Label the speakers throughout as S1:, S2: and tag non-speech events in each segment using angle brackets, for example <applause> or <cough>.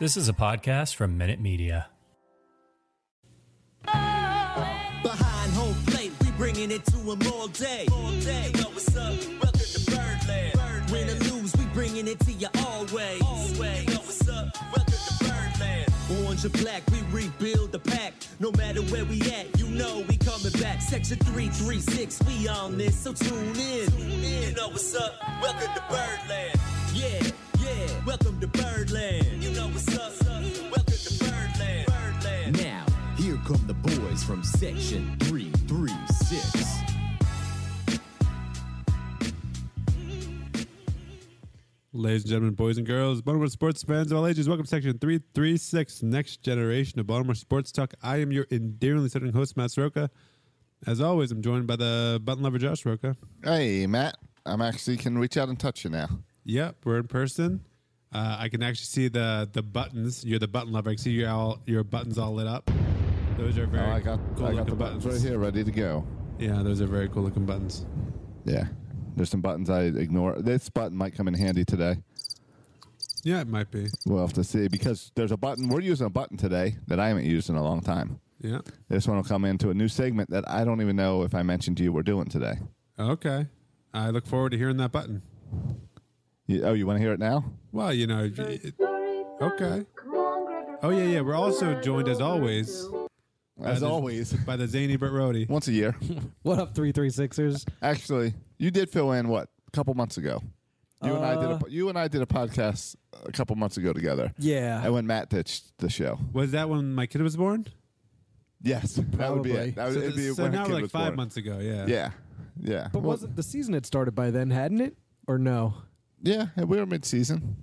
S1: This is a podcast from Minute Media.
S2: Behind home plate, we bringing it to 'em all day. All day. You know what's up? Welcome to Birdland. Win or lose, we bringing it to you always. You know what's up? Welcome to Birdland. Orange or black, we rebuild the pack. No matter where we at, you know we coming back. Section 336, we on this, so tune in. You know what's up? Welcome to Birdland. Yeah, yeah. Welcome to Birdland. You know what's up? Welcome to Birdland. Birdland. Now, here come the boys from Section 336.
S3: Ladies and gentlemen, boys and girls, Baltimore sports fans of all ages, welcome to Section 336, Next Generation of Baltimore Sports Talk. I am your endearingly southern host, Matt Soroka. As always, I'm joined by the button lover, Josh Soroka.
S4: Hey, Matt. I'm actually can reach out and touch you now.
S3: Yep, we're in person. Uh, I can actually see the the buttons. You're the button lover. I can see your, all, your buttons all lit up. Those are
S4: Oh,
S3: very
S4: I got
S3: cool
S4: I got
S3: looking
S4: the buttons right here, ready to go.
S3: Yeah, those are very cool looking buttons.
S4: Yeah, there's some buttons I ignore. This button might come in handy today.
S3: Yeah, it might be.
S4: We'll have to see because there's a button we're using a button today that I haven't used in a long time.
S3: Yeah.
S4: This one will come into a new segment that I don't even know if I mentioned to you we're doing today.
S3: Okay. I look forward to hearing that button.
S4: You, oh, you want to hear it now?
S3: Well, you know, if you- it- okay. Oh yeah, yeah. We're also joined as always
S5: Uh,
S3: by
S4: As
S3: the-
S4: always,
S5: <laughs>
S3: by the zany Burt Rhodey.
S4: once a year.
S5: What up, 336ers?
S4: Actually, you did fill in what a couple months ago. You and I did a,
S5: Uh,
S4: po- you and I did a podcast a couple months ago together.
S5: Yeah.
S4: And when Matt ditched the show.
S3: Was that when my kid was born?
S4: Yes, that would be it.
S5: Probably.
S4: That would
S3: so
S4: it'd
S3: this-
S4: be
S3: so
S4: when her
S3: now
S4: kid
S3: we're like
S4: was
S3: five
S4: born.
S3: months ago. Yeah.
S4: Yeah, yeah.
S5: But
S4: Well,
S5: wasn't the season had started by then, hadn't it? Or no?
S4: yeah? and We were mid-season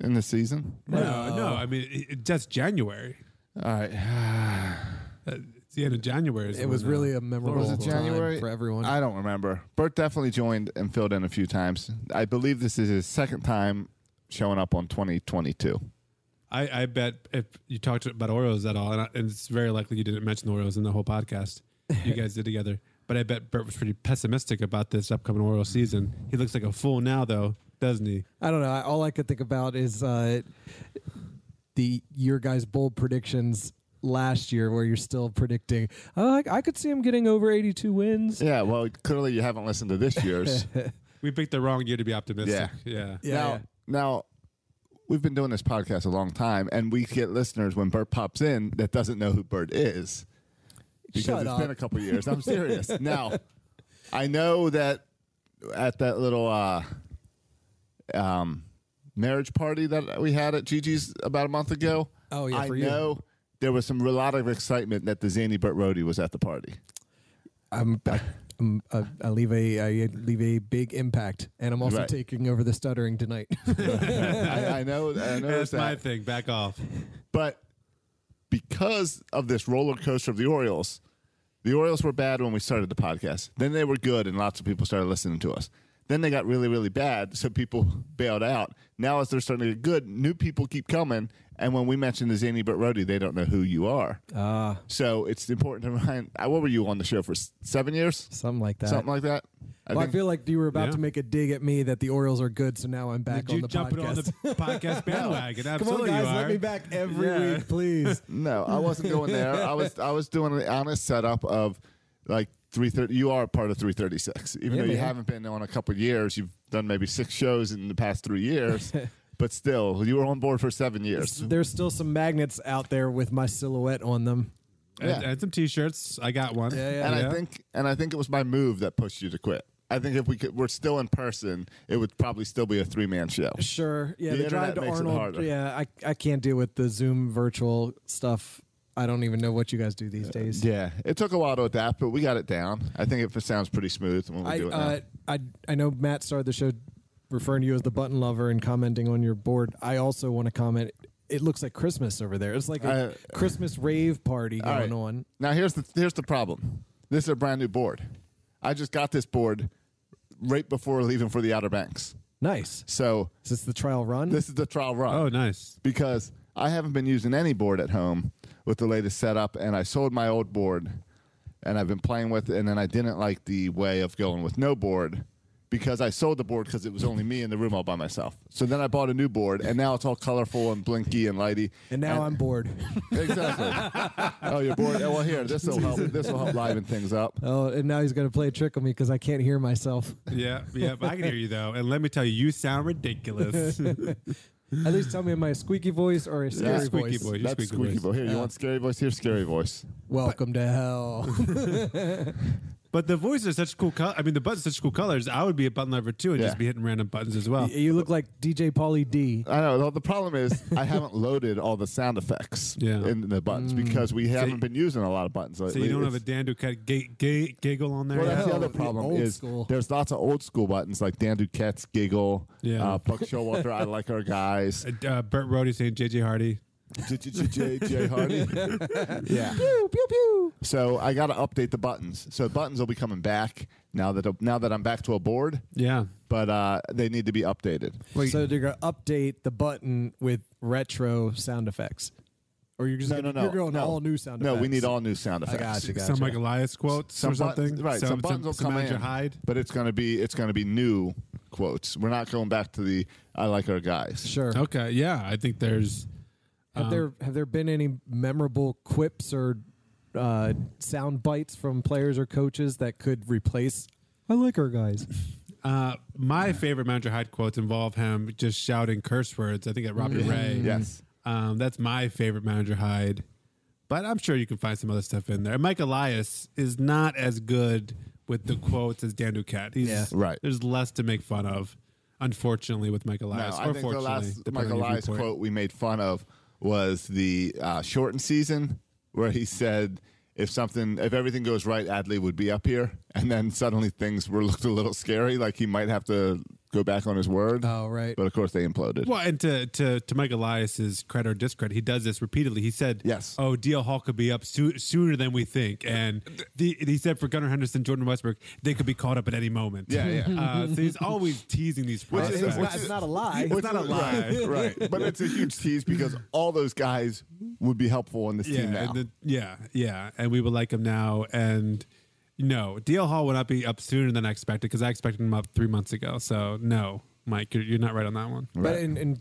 S4: in the season.
S3: No, no. I mean, it, it- that's January.
S4: All <sighs> right.
S3: Uh, It's the end of January. is
S5: It
S3: when,
S5: was
S3: uh,
S5: really a memorable
S4: was it January
S5: time for everyone.
S4: I don't remember. Bert definitely joined and filled in a few times. I believe this is his second time showing up on 2022.
S3: I, I bet if you talked about Oreos at all, and, I, and it's very likely you didn't mention Oreos in the whole podcast you guys did together.
S4: <laughs>
S3: But I bet Bert was pretty pessimistic about this upcoming Oreo season. He looks like a fool now, though, doesn't he?
S5: I don't know. I, all I could think about is uh, the your guys' bold predictions last year, where you're still predicting. Oh, I, I could see him getting over 82 wins.
S4: Yeah. Well, clearly you haven't listened to this
S5: <laughs>
S4: year's.
S3: We picked the wrong year to be optimistic. Yeah.
S5: Yeah,
S4: now,
S5: yeah.
S4: now we've been doing this podcast a long time, and we get listeners when Bert pops in that doesn't know who Bert is because
S5: Shut
S4: it's
S5: up.
S4: been a couple years. I'm serious.
S5: <laughs>
S4: now, I know that at that little uh, um, marriage party that we had at Gigi's about a month ago.
S5: Oh, yeah,
S4: I
S5: for you.
S4: know. There was some a lot of excitement that the zany Bert Rhodey was at the
S5: <laughs>
S4: party.
S5: I'm. I, I'm- I, I leave a I leave a big impact, and I'm also
S4: Right.
S5: taking over the stuttering tonight. <laughs>
S4: I, I know. I know
S3: That's
S4: that.
S3: my thing. Back off.
S4: But because of this roller coaster of the Orioles, the Orioles were bad when we started the podcast. Then they were good, and lots of people started listening to us. Then they got really, really bad, so people bailed out. Now, as they're starting to get good, new people keep coming. And when we mention the Zany Burt Rhodey, they don't know who you are.
S5: Ah,
S4: So it's important to remind. uh, What were you on the show for? s- Seven years?
S5: something like that.
S4: Something like that? I
S5: well, I
S4: think-
S5: feel like you were about
S3: Yeah.
S5: to make a dig at me that the Orioles are good, so now I'm back
S3: Did
S5: on
S3: you
S5: the
S3: jump
S5: podcast.
S3: on the <laughs>
S5: <laughs>
S3: podcast bandwagon? Absolutely,
S5: Come
S3: you
S5: on, guys,
S3: are.
S5: let me back every
S3: Yeah.
S5: week, please.
S4: No, I wasn't going there. I was I was doing an honest setup of like three thirty. You are a part of three thirty six, even
S5: Yeah,
S4: though you
S5: man. <laughs>
S4: haven't been on a couple years. You've done maybe six shows in the past three years, but still, you were on board for seven years.
S5: <laughs> There's still some magnets out there with my silhouette on them.
S3: And, and some T-shirts. I got one. Yeah,
S4: and I think and I think it was my move that pushed you to quit. I think if we could, were still in person, it would probably still be a three man show.
S5: Sure. Yeah,
S4: The
S5: the, drive
S4: internet
S5: to
S4: makes it
S5: Arnold.
S4: harder.
S5: yeah, I I can't deal with the Zoom virtual stuff. I don't even know what you guys do these days.
S4: Yeah, it took a while to adapt, but we got it down. I think it sounds pretty smooth when we
S5: I
S4: do it.
S5: uh,
S4: now.
S5: I I know Matt started the show referring to you as the button lover and commenting on your board. I also want to comment. It looks like Christmas over there. It's like a
S4: I-
S5: Christmas rave party
S4: All
S5: going
S4: right.
S5: on.
S4: Now here's the here's the problem. This is a brand new board. I just got this board right before leaving for the Outer Banks.
S5: Nice.
S4: So
S5: Is this the trial run?
S4: this is the trial run.
S3: Oh, nice.
S4: because I haven't been using any board at home with the latest setup, and I sold my old board, and I've been playing with, it, and then I didn't like the way of going with no board because I sold the board because it was only me in the room all by myself. So then I bought a new board, and now it's all colorful and blinky and lighty.
S5: and now I'm bored. <laughs>
S4: exactly. oh, you're bored. Oh, well, here this will help. This will help liven things up.
S5: Oh, and now he's gonna play a trick on me because I can't hear myself.
S3: Yeah, yeah. But I can hear you though, and let me tell you, you sound ridiculous.
S5: <laughs> At least tell me am I a squeaky voice or a scary
S3: squeaky
S5: voice?
S3: voice. Your
S4: That's squeaky voice. Here, you want scary voice? Here's scary voice.
S5: Welcome to
S4: <laughs>
S5: hell. <laughs>
S3: But the voices are such cool. colors. I mean, the buttons are such cool colors. I would be a button lover too, and
S4: Yeah.
S3: just be hitting random buttons as well.
S5: you look like DJ Paulie D.
S4: I know. The- The problem is I haven't loaded all the sound effects
S3: Yeah.
S4: in the buttons
S5: Mm.
S4: because we haven't been using a lot of buttons
S3: So
S4: lately.
S3: you don't have a
S4: It's-
S3: Dan Duquette g- g- giggle on there.
S4: well, that's
S3: yet?
S4: the other
S5: the
S4: problem
S5: old
S4: is
S5: school.
S4: there's lots of old school buttons like Dan Duquette's Giggle,
S3: Yeah.
S4: uh, Buck Showalter, I Like
S3: <laughs>
S4: Our Guys,
S3: Uh, Burt Rohde saying JJ Hardy.
S4: J- J- J- J-
S3: <laughs>
S4: J Hardy. Yeah.
S5: Pew pew pew.
S4: So I got to update the buttons. So buttons will be coming back now that now that I'm back to a board,
S3: Yeah.
S4: but uh, they need to be updated.
S5: So they're gonna update the button with retro sound effects, or you're just
S4: No, no,
S5: gonna,
S4: no.
S5: you're going
S4: no.
S5: all new sound
S4: No,
S5: effects.
S4: we need all new sound
S5: I
S4: effects.
S5: gotcha, gotcha.
S3: Some like Elias quotes or
S4: buttons-
S3: something.
S4: right? Some, buttons will come
S3: Andrew
S4: in,
S3: Hyde.
S4: but it's gonna be it's gonna be new quotes. We're not going back to the I like our guys.
S5: sure.
S3: Okay. Yeah, I think there's.
S5: Have there have there been any memorable quips or uh, sound bites from players or coaches that could replace? I like our guys.
S3: Uh, my favorite Manager Hyde quotes involve him just shouting curse words. I think at Robbie Ray.
S4: Yes.
S3: Um, that's my favorite Manager Hyde. But I'm sure you can find some other stuff in there. Mike Elias is not as good with the quotes as Dan Duquette. He's,
S5: Yeah.
S4: Right.
S3: There's less to make fun of, unfortunately, with Mike
S4: No,
S3: Elias. or
S4: I think the
S3: fortunately,
S4: last
S3: depending
S4: Michael
S3: on your
S4: Elias
S3: viewpoint.
S4: quote we made fun of was the uh, shortened season where he said, "If something, if everything goes right, Adley would be up here." <laughs> And then suddenly things were looked a little scary, like he might have to go back on his word.
S5: Oh, right.
S4: But of course, they imploded.
S3: Well, and to, to, to Mike Elias's credit or discredit, he does this repeatedly. He said,
S4: Yes.
S3: oh, DL Hall could be up soo- sooner than we think. And the, he said for Gunnar Henderson, Jordan Westbrook, they could be caught up at any moment.
S4: Yeah, yeah.
S3: Uh, so he's always teasing these
S4: Which
S3: prospects.
S4: is-
S5: It's not,
S4: is-
S5: it's not a lie.
S4: Which
S3: not a
S4: is-
S3: lie.
S4: right? <laughs> right. But it's a huge tease because all those guys would be helpful on this
S3: yeah,
S4: team now.
S3: and then- yeah, yeah. And we would like him now. And no, DL Hall would not be up sooner than I expected because I expected him up three months ago. So no, Mike, you're, you're not right on that one.
S5: But in, in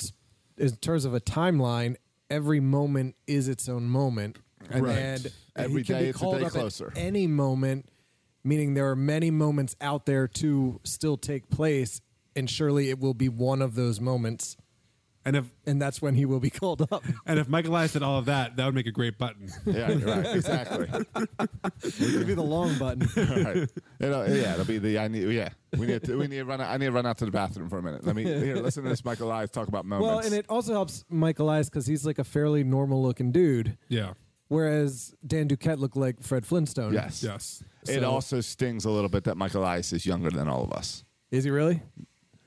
S5: in terms of a timeline, every moment is its own moment, and,
S4: Right.
S5: and
S4: Every
S5: he can
S4: day
S5: be
S4: it's a
S5: called
S4: day
S5: up
S4: closer.
S5: at any moment. Meaning there are many moments out there to still take place, and surely it will be one of those moments,
S3: And if
S5: and that's when he will be <laughs> called up.
S3: and if Mike Elias did all of that, that would make a great
S4: <laughs>
S3: button.
S4: yeah, you're right. Exactly. <laughs>
S5: It'll be the long button.
S4: Right. It'll, yeah, it'll be the I need. Yeah, we need to. We need to run. Out, I need to run out to the bathroom for a minute. Let me here. Listen to this, Michael Elias talk about moments.
S5: Well, and it also helps Mike Elias because he's like a fairly normal looking dude,
S3: Yeah.
S5: whereas Dan Duquette looked like Fred Flintstone.
S4: yes,
S3: Yes.
S4: It
S5: So-
S4: also stings a little bit that Michael Elias is younger than all of us.
S5: Is he really?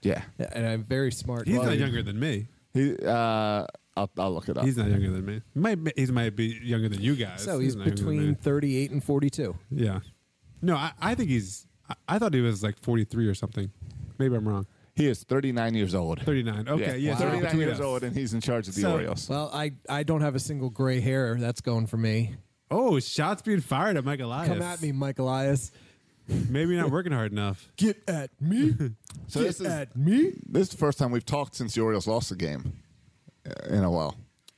S4: Yeah,
S5: Yeah, and I'm very smart.
S3: He's
S5: Well,
S3: not younger than me.
S4: he. Uh, I'll, I'll look it up.
S3: He's not younger than me. Might be- he's might be younger than you guys.
S5: So he's
S3: not younger than
S5: between
S3: me.
S5: 38 and 42.
S3: yeah. No, I, I think he's. I, I thought he was like forty three or something. Maybe I'm wrong.
S4: he is 39 years old.
S3: Thirty nine. Okay. Yeah.
S4: Yeah,
S3: so
S4: 39
S3: between
S4: years
S3: us.
S4: old, and he's in charge of the
S3: So-
S4: Orioles.
S5: Well, I, I don't have a single gray hair. That's going for me.
S3: Oh, shots being fired at Mike Elias.
S5: Come at me, Mike Elias.
S3: Maybe you're not working hard enough.
S5: Get at me.
S4: <laughs> So
S5: Get
S4: this is-
S5: at me.
S4: this is the first time we've talked since the Orioles lost the game uh, in a while.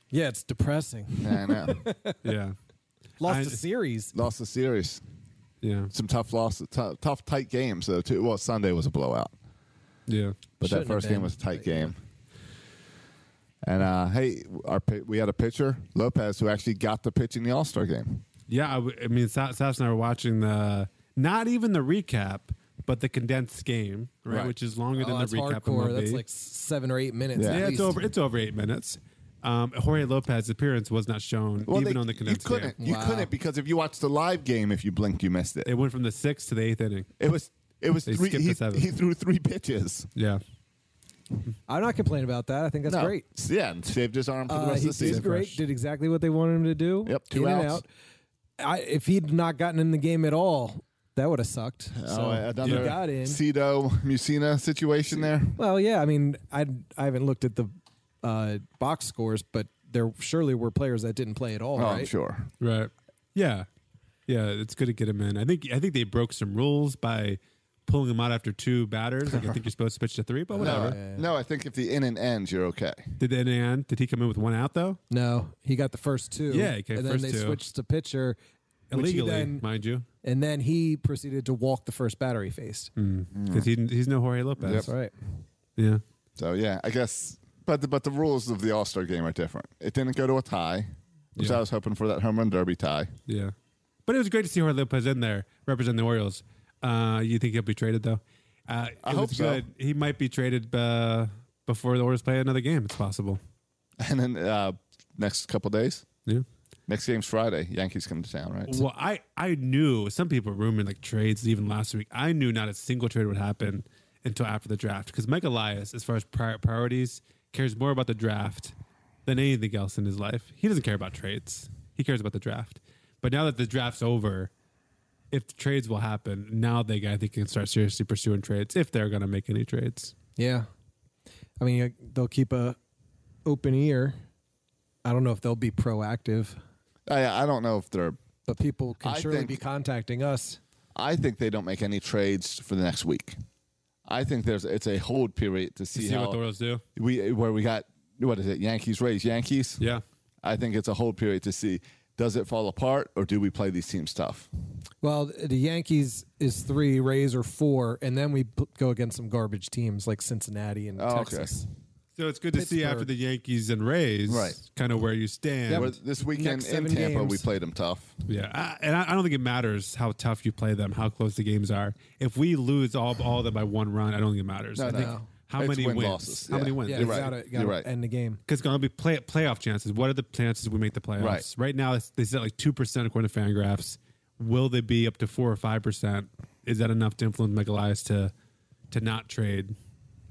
S5: Yeah, it's depressing.
S4: Yeah, I know.
S3: <laughs>
S5: <laughs>
S3: Yeah.
S5: Lost
S3: I-
S5: a series.
S4: lost the series.
S3: Yeah.
S4: Some tough losses, tou- tough, tight games though. Too. Well, Sunday was a blowout.
S3: Yeah.
S4: But
S5: Shouldn't
S4: that
S5: have
S4: first game
S5: been,
S4: was a tight game. And uh, hey, our pi- we had a pitcher Lopez who actually got the pitch in the All Star game.
S3: Yeah, I, w- I mean, Sa- Sass and I were watching the not even the recap, but the condensed game, right?
S4: Right.
S3: Which is longer than the
S5: Oh, that's
S3: recap.
S5: hardcore.
S3: MLB.
S5: That's like seven or eight minutes.
S4: Yeah.
S5: at
S3: yeah, it's
S5: least.
S3: over. It's over eight minutes. Um, Jorge Lopez's appearance was not shown
S4: Well,
S3: even
S4: they-
S3: on the
S4: you
S3: condensed
S4: couldn't.
S3: game.
S4: You
S5: Wow.
S4: couldn't because if you watched the live game, if you blinked, you missed it.
S3: It went from the sixth to the eighth inning.
S4: It was. It was
S3: They
S4: three.
S3: skipped
S4: He,
S3: the seventh.
S4: he threw three pitches.
S3: Yeah,
S5: I'm not complaining about that. I think that's
S4: No.
S5: great.
S4: Yeah, and saved his arm for the
S5: Uh,
S4: rest
S5: he
S4: of the season.
S5: did great. Did exactly what they wanted him to do.
S4: Yep, two
S5: in and
S4: outs.
S5: out. I, if he'd not gotten in the game at all, that would have sucked. So
S4: Oh, another
S5: he got in.
S4: Cito Musina situation there.
S5: Well, yeah. I mean, I I haven't looked at the uh, box scores, but there surely were players that didn't play at all,
S4: Oh,
S5: right?
S4: I'm sure.
S3: right. Yeah, yeah. It's good to get him in. I think. I think they broke some rules by pulling him out after two batters. Like I think you're supposed to pitch to three,
S5: Oh,
S3: but whatever.
S4: <laughs> No, no, I think if the inning ends, you're okay.
S3: Did then and did he come in with one out though?
S5: No, he got the first two.
S3: Yeah, he got
S5: and
S3: the
S5: then
S3: first
S5: they
S3: two.
S5: switched to pitcher which he
S3: Illegally,
S5: then-
S3: mind you,
S5: and then he proceeded to walk the first batter he faced.
S3: Mm-hmm. because he, he's no Jorge Lopez.
S4: Yep.
S5: That's right.
S3: Yeah.
S4: So yeah, I guess. But the, but the rules of the All Star game are different. It didn't go to a tie, which
S3: Yeah.
S4: I was hoping for that home run derby tie. <laughs>
S3: Yeah. But it was great to see Jorge Lopez in there representing the Orioles. Uh, you think he'll be traded though? Uh,
S4: I
S3: it
S4: hope
S3: was
S4: so.
S3: good. He might be traded uh, before the Orioles play another game. It's possible.
S4: And then uh, next couple days,
S3: Yeah.
S4: next game's Friday. Yankees come to town, right?
S3: Well, I I knew some people were rumoring like trades even last week. I knew not a single trade would happen until after the draft because Mike Elias, as far as prior priorities, cares more about the draft than anything else in his life. He doesn't care about trades. He cares about the draft. But now that the draft's over, if the trades will happen, now they I think can start seriously pursuing trades if they're going to make any trades.
S5: Yeah. I mean, uh, they'll keep a open ear. I don't know if they'll be proactive,
S4: I, I don't know if they're.
S5: but people can
S4: I
S5: surely
S4: think-
S5: be contacting us.
S4: I think they don't make any trades for the next week. I think there's it's a hold period to see,
S3: See,
S4: how
S3: what the Orioles do.
S4: we where we got what is it Yankees Rays Yankees.
S3: Yeah.
S4: I think it's a hold period to see does it fall apart or do we play these teams tough.
S5: Well, th- the Yankees is three, Rays are four, and then we p- go against some garbage teams like Cincinnati and
S4: Oh, okay.
S5: Texas.
S3: So it's good to see after
S5: Pittsburgh.
S3: the Yankees and Rays,
S4: Right.
S3: kind of where you stand.
S4: Where this weekend
S5: Next
S4: in
S5: seven
S4: Tampa
S5: games.
S4: we played them tough.
S3: Yeah, I, and I, I don't think it matters how tough you play them, how close the games are. If we lose all all of them by one run, I don't think it matters.
S4: No,
S3: I
S4: no.
S3: think how
S4: It's
S3: many
S4: win
S3: wins?
S4: losses.
S3: How
S4: Yeah.
S3: many wins?
S5: Yeah,
S4: You're
S5: you
S4: right.
S5: gotta,
S4: You're
S5: gotta
S4: right.
S5: end the game.
S3: Because it's going to be play, playoff chances. What are the chances we make the playoffs?
S4: Right.
S3: now, it's, they sit like two percent according to Fangraphs. Will they be up to four or five percent? Is that enough to influence Mike Elias to to not trade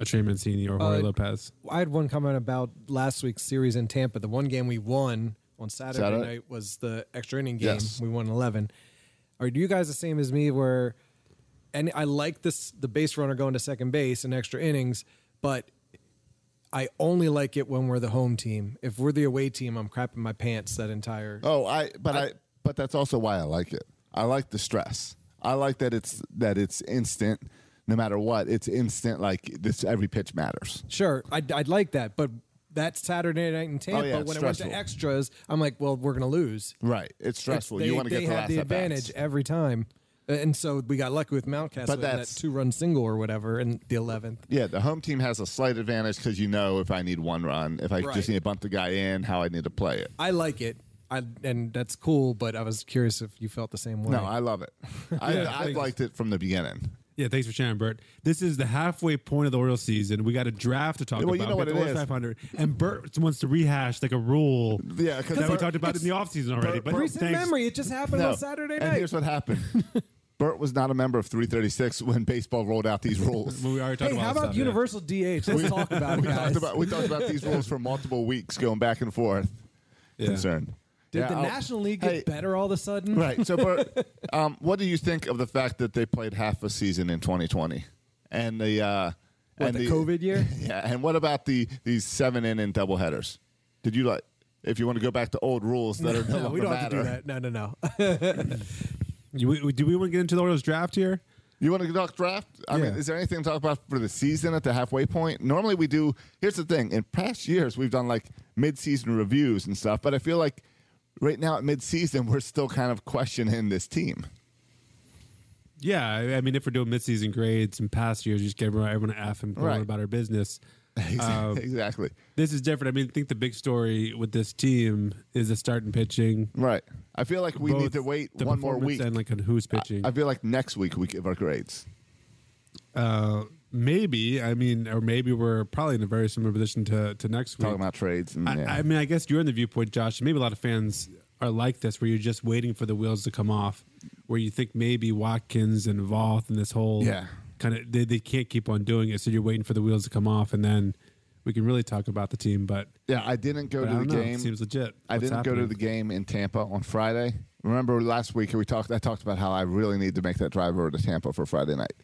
S3: a Trey Mancini or Jorge
S5: Uh,
S3: Lopez?
S5: I had one comment about last week's series in Tampa. The one game we won on Saturday,
S4: Saturday?
S5: night was the extra inning game.
S4: Yes.
S5: We won eleven. Are you guys the same as me? Where, and I like this the base runner going to second base in extra innings, but I only like it when we're the home team. If we're the away team, I'm crapping my pants that entire.
S4: Oh, I but I, but that's also why I like it. I like the stress. I like that it's that it's instant. No matter what, it's instant. Like this, every pitch matters.
S5: Sure, I'd, I'd like that, but that Saturday night in Tampa,
S4: Oh, yeah, it's
S5: when it went to
S4: stressful.
S5: extras, I'm like, well, we're gonna lose.
S4: Right, it's
S5: It's-
S4: stressful.
S5: They,
S4: you want to
S5: they
S4: get the
S5: had
S4: last
S5: the
S4: at bats.
S5: advantage every time, Uh, and so we got lucky with Mountcastle
S4: But
S5: in that
S4: that's-
S5: two run single or whatever in the eleventh.
S4: Yeah, the home team has a slight advantage because you know if I need one run, if I
S5: Right.
S4: just need to bunt the guy in, how I need to play it.
S5: I like it, I, and that's cool. But I was curious if you felt the same way.
S4: No, I love <laughs> it. I,
S3: Yeah,
S4: I've
S3: thanks.
S4: liked it from the beginning.
S3: Yeah, thanks for sharing, Bert. This is the halfway point of the Orioles season. We got a draft to talk
S4: Well,
S3: about.
S4: you know
S3: We
S4: what
S3: got
S4: it
S3: the Orioles
S4: is.
S3: 500, and Bert wants to rehash like a rule.
S4: Yeah, 'cause
S3: that we
S4: Bert-
S3: talked about in the offseason already.
S4: Bert-
S3: but
S4: Bert's
S5: It's in
S3: thanks.
S5: memory. It just happened
S4: No.
S5: on Saturday
S4: And
S5: night.
S4: here's what happened.
S5: <laughs>
S4: Bert was not a member of 336 when baseball rolled out these rules. <laughs>
S3: Well, we already talked
S5: Hey,
S3: about
S5: how
S3: all this
S5: about
S3: stuff,
S5: universal DH? Let's talk about it,
S4: we
S5: guys.
S4: talked about we talked about these rules for multiple weeks, going back and forth.
S3: Yeah.
S4: Concerned.
S5: Did
S4: Yeah,
S5: the
S4: I'll-
S5: National League get
S4: Hey,
S5: better all of
S4: <laughs>
S5: a sudden?
S4: Right. So,
S5: <laughs>
S4: Bert, um, what do you think of the fact that they played half a season in 2020 and the uh,
S5: What,
S4: and
S5: the COVID year?
S4: <laughs> Yeah. And what about the these seven in and double headers? Did you like? If you want to go back to old rules that
S5: <laughs>
S4: are no,
S5: No,
S4: longer
S5: we don't have
S4: matter,
S5: to do that. No, no, no. <laughs>
S3: You- we- we- do we want to get into the Orioles draft here?
S4: You want to talk draft? I mean,
S3: Yeah.
S4: is there anything to talk about for the season at the halfway point? Normally, we do. Here's the thing: in past years, we've done like mid-season reviews and stuff. But I feel like right now at mid-season, we're still kind of questioning this team. <laughs>
S3: Yeah, I I mean, if we're doing midseason grades and past years, you just get everyone, everyone an F and go on
S4: Right.
S3: about our business. Uh,
S4: exactly.
S3: This is different. I mean, I think the big story with this team is the start and pitching.
S4: Right. I feel like we
S3: both
S4: need to wait
S3: the
S4: one more
S3: performance
S4: week.
S3: And like on who's pitching.
S4: I feel like next week we give our grades.
S3: uh, maybe. I mean, or maybe we're probably in a very similar position to, to next week.
S4: Talking about trades and
S3: I,
S4: yeah.
S3: I mean, I guess you're in the viewpoint, Josh. and Maybe a lot of fans are like this, where you're just waiting for the wheels to come off, where you think maybe Watkins and Voth and this whole
S4: Yeah.
S3: kind of they, they can't keep on doing it, so you're waiting for the wheels to come off, and then we can really talk about the team. But,
S4: yeah, I didn't go
S3: but I
S4: to the
S3: don't know.
S4: game.
S3: It seems legit.
S4: I
S3: What's
S4: didn't go to
S3: happening?
S4: the game in Tampa on Friday. Remember last week we talked I talked about how I really need to make that drive over to Tampa for Friday night.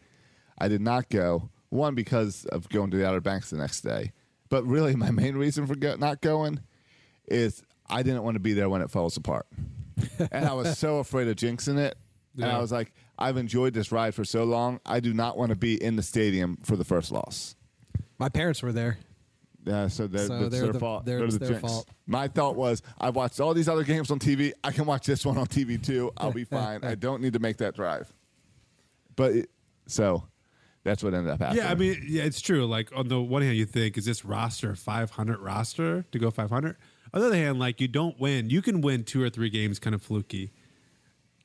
S4: I did not go. One because of going to the Outer Banks the next day. But really <laughs> my main reason for go- not going is I didn't want to be there when it
S3: <laughs>
S4: falls apart. and I was so afraid of jinxing it. And
S3: Yeah.
S4: I was like, I've enjoyed this ride for so long. I do not want to be in the stadium for the first loss.
S5: My parents were there.
S4: Yeah, so, they're,
S5: So
S4: it's
S5: they're
S4: their
S5: the-
S4: fault.
S5: they're-
S4: They're
S5: it's
S4: the
S5: their
S4: jinx.
S5: fault.
S4: My thought was, I've watched all these other games on TV. I can watch this one on TV too. I'll
S5: <laughs>
S4: be fine. I don't need to make that drive. But it, so that's what ended up happening.
S3: Yeah, I mean, yeah, it's true. Like on the one hand, you think is this roster a 500 roster to go 500. On the other hand, like you don't win. You can win two or three games, kind of fluky,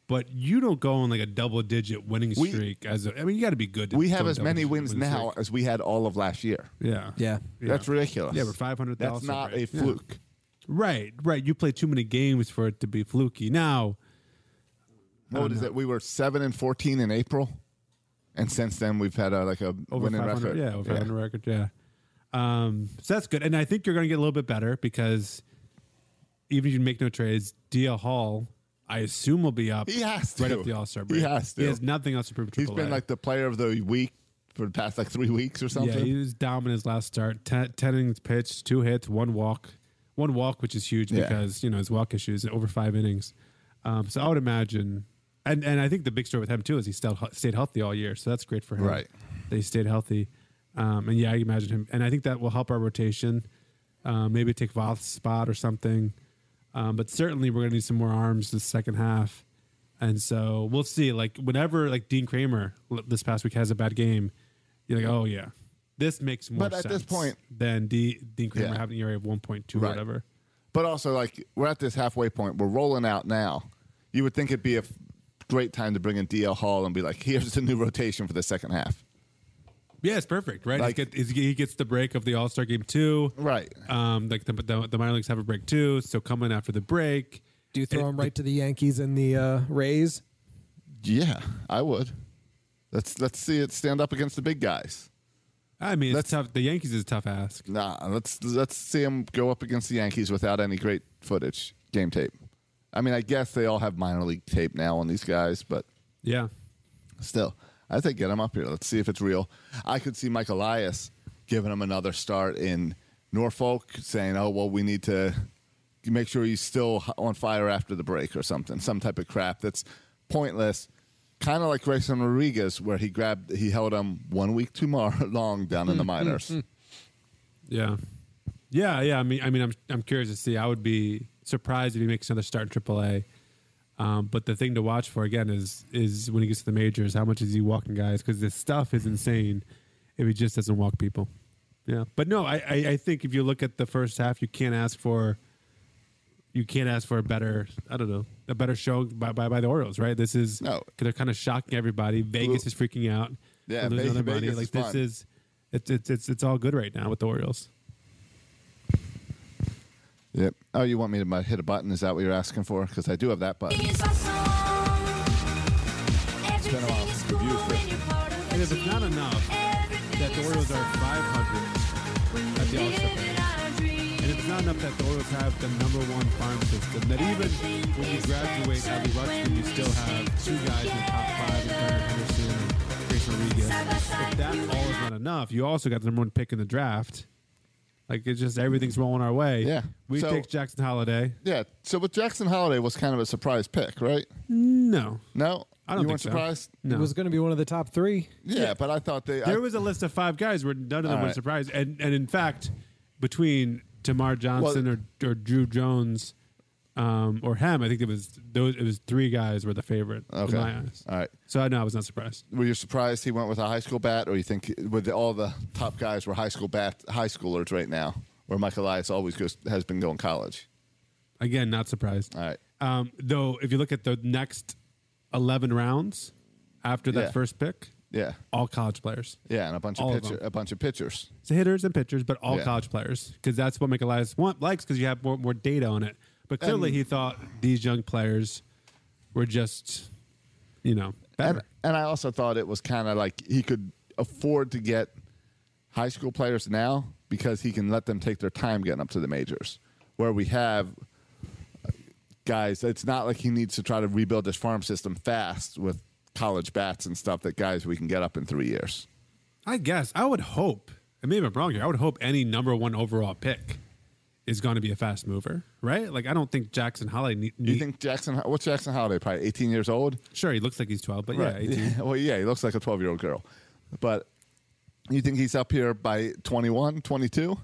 S3: but you don't go on like a double digit winning
S4: We-
S3: streak. as a, I mean, you got to be good. To
S4: we
S3: go
S4: have
S3: on
S4: as many
S3: double-digit
S4: wins
S3: winning
S4: now
S3: streak.
S4: as we had all of last year.
S3: Yeah,
S5: Yeah.
S4: That's ridiculous.
S3: Yeah, we're 500,000.
S4: That's not a
S3: right? Yeah.
S4: fluke.
S3: Right, right. You play too many games for it to be fluky. Now,
S4: What is it? We were seven and fourteen in April, and since then we've had a, like a
S3: over
S4: winning
S3: 500
S4: record.
S3: yeah over 500 record yeah um so that's good and i think you're going to get a little bit better because even if you make no trades DL hall i assume will be up
S4: He has
S3: right
S4: to.
S3: up the all-star
S4: He
S3: break
S4: has to.
S3: he has nothing else to prove to
S4: He's been
S3: AAA.
S4: like the player of the week for the past like three weeks or
S3: yeah
S4: something.
S3: he was down in his last start ten, 10 innings pitched two hits one walk one walk which is huge
S4: Yeah.
S3: because you know his walk issues over five innings um so i would imagine and and i think the big story with him too is he still stayed healthy all year so that's great for him
S4: Right.
S3: they stayed healthy. Um, and yeah, I imagine him, and I think that will help our rotation. Uh, maybe take Voth's spot or something. Um, but certainly, we're going to need some more arms this second half, and so we'll see. Like whenever like Dean Kramer l- this past week has a bad game, you're like, oh yeah, this makes more
S4: But at
S3: sense.
S4: this point-
S3: than D- Dean Kramer
S4: Yeah.
S3: having an ERA of one point two or
S4: Right.
S3: whatever.
S4: But also, like, we're at this halfway point. We're rolling out now. You would think it'd be a f- great time to bring in DL Hall and be like, here's the new rotation for the second half.
S3: Yeah, it's perfect, right?
S4: Like-
S3: he, get, he gets the break of the All Star Game too.
S4: Right.
S3: Um, like the, the the minor leagues have a break too, so come in after the break.
S5: Do you throw him right to the Yankees and the uh, Rays?
S4: Yeah, I would. Let's let's see it stand up against the big guys.
S3: I mean,
S4: Let's-
S3: it's tough. The Yankees is a tough ask.
S4: Nah, let's let's see them go up against the Yankees without any great footage, game tape. I mean, I guess they all have minor league tape now on these guys, but
S3: Yeah.
S4: Still, I think get him up here. Let's see if it's real. I could see Mike Elias giving him another start in Norfolk, saying, "Oh well, we need to make sure he's still h- on fire after the break or something, some type of crap that's pointless." Kind of like Grayson Rodriguez, where he grabbed, he held him one week too mar- <laughs> long down
S3: Mm-hmm.
S4: in the minors.
S3: Yeah. Yeah. Yeah. I mean, I mean, I'm, I'm curious to see. I would be surprised if he makes another start in AAA. Um, but the thing to watch for again is is when he gets to the majors, how much is he walking guys? Because this stuff is insane if he just doesn't walk people. Yeah, but no, I, I I think if you look at the first half, you can't ask for you can't ask for a better I don't know a better show by by, by the Orioles, right? This is
S4: No.
S3: they're kind of shocking everybody. Vegas
S4: Well,
S3: is freaking out.
S4: Yeah,
S3: They're losing
S4: Ve-
S3: all their
S4: Vegas is
S3: Like this
S4: fun.
S3: is it's it's it's it's all good right now with the Orioles.
S4: Yep. Oh, you want me to mu- hit a button? Is that what you're asking for? Because I do have that button.
S6: It's been a while since we've used this.
S3: Because it's not enough that the Orioles are 500 at the All-Star break. And it's not enough that the Orioles have the number one farm system. That even when you graduate Abby Rutschman, you still have two guys in the top five, in Turner Henderson and Grace Rodriguez. If that all is not enough, you also got the number one pick in the draft. Like, it's just everything's rolling our way.
S4: Yeah.
S3: We
S4: So-
S3: take Jackson Holiday.
S4: Yeah. So with Jackson Holiday was kind of a surprise pick, right?
S3: No.
S4: No,
S3: I don't think
S4: you weren't
S3: so.
S4: surprised.
S5: It
S3: No.
S5: was going to be one of the top three.
S4: Yeah, but I thought they. I,
S3: There was a list of five guys where none of them
S4: All
S3: were
S4: right.
S3: surprised, and and in fact, between Tamar Johnson or, or Drew Jones, um, or him. I think it was those. It was three guys were the favorite
S4: Okay.
S3: in my eyes.
S4: All right.
S3: So I know I was not surprised.
S4: Were you surprised he went with a high school bat, or you think with all the top guys were high school bat high schoolers right now, where Mike Elias always goes has been going college?
S3: Again, not surprised.
S4: All right.
S3: Um, though, if you look at the next eleven rounds after that
S4: Yeah.
S3: first pick,
S4: Yeah,
S3: all college players.
S4: yeah, and a bunch of
S3: All of
S4: pitcher,
S3: them.
S4: a bunch of pitchers.
S3: So hitters and pitchers, but all
S4: Yeah.
S3: college players because that's what Michaelis want likes because you have more, more data on it. But clearly, he thought these young players were just, you know, better.
S4: And, and I also thought it was kind of like he could afford to get high school players now because he can let them take their time getting up to the majors. Where we have guys, it's not like he needs to try to rebuild his farm system fast with college bats and stuff that guys we can get up in three years.
S3: I guess I would hope. I may have been wrong here. I would hope any number one overall pick is going to be a fast mover, right? Like I don't think Jackson Holly. Need,
S4: You think Jackson? What's Jackson Holiday? Probably 18 years old.
S3: Sure, he looks like he's twelve, but yeah, 18.
S4: <laughs> well, yeah, he looks like a 12 year old girl, but you think he's up here by 21, 22?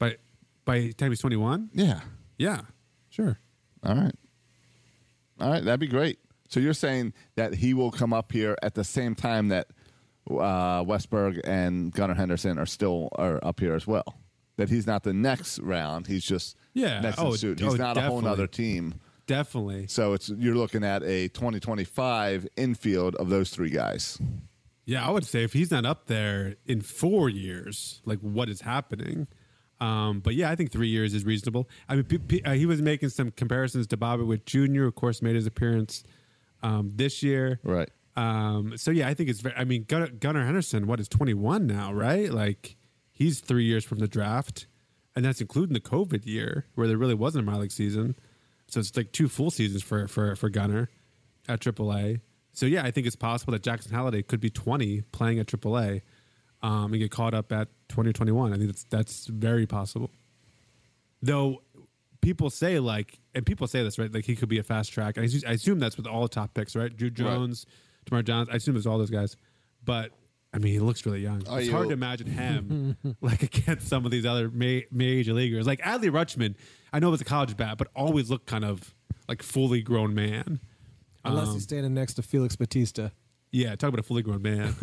S3: By by the time he's twenty one,
S4: Yeah.
S3: yeah, sure.
S4: All right. All right. That'd be great. So you're saying that he will come up here at the same time that uh, Westberg and Gunnar Henderson are still are up here as well. That he's not the next round. He's just
S3: Yeah.
S4: next
S3: Oh,
S4: in suit. He's
S3: oh,
S4: not a whole
S3: definitely.
S4: other team.
S3: Definitely.
S4: So it's you're looking at a 2025 infield of those three guys.
S3: Yeah, I would say if he's not up there in four years, like what is happening? Um, but yeah, I think three years is reasonable. I mean, P- P- uh, he was making some comparisons to Bobby Witt Jr., of course, made his appearance um, this year.
S4: Right.
S3: Um, so yeah, I think it's very, I mean, Gunnar, Gunnar Henderson, what is 21 now, right? Like he's three years from the draft, and that's including the COVID year where there really wasn't a minor league season. So it's like two full seasons for for for Gunner at AAA. So yeah, I think it's possible that Jackson Halliday could be 20 playing at AAA um, and get caught up at 20 or 21. I think that's that's very possible. Though people say like, and people say this right, like he could be a fast track. I, assume- I assume that's with all the top picks, right? Drew Jones, Tamar Johns. I assume it's all those guys. But I mean, he looks really young.
S4: Are
S3: it's
S4: you-
S3: hard to imagine him like against some of these other ma- major leaguers. Like Adley Rutschman, I know it was a college bat, but always looked kind of like fully grown man.
S5: Unless
S3: Um,
S5: he's standing next to Felix Batista.
S3: Yeah, talk about a fully grown
S4: <laughs>
S3: man.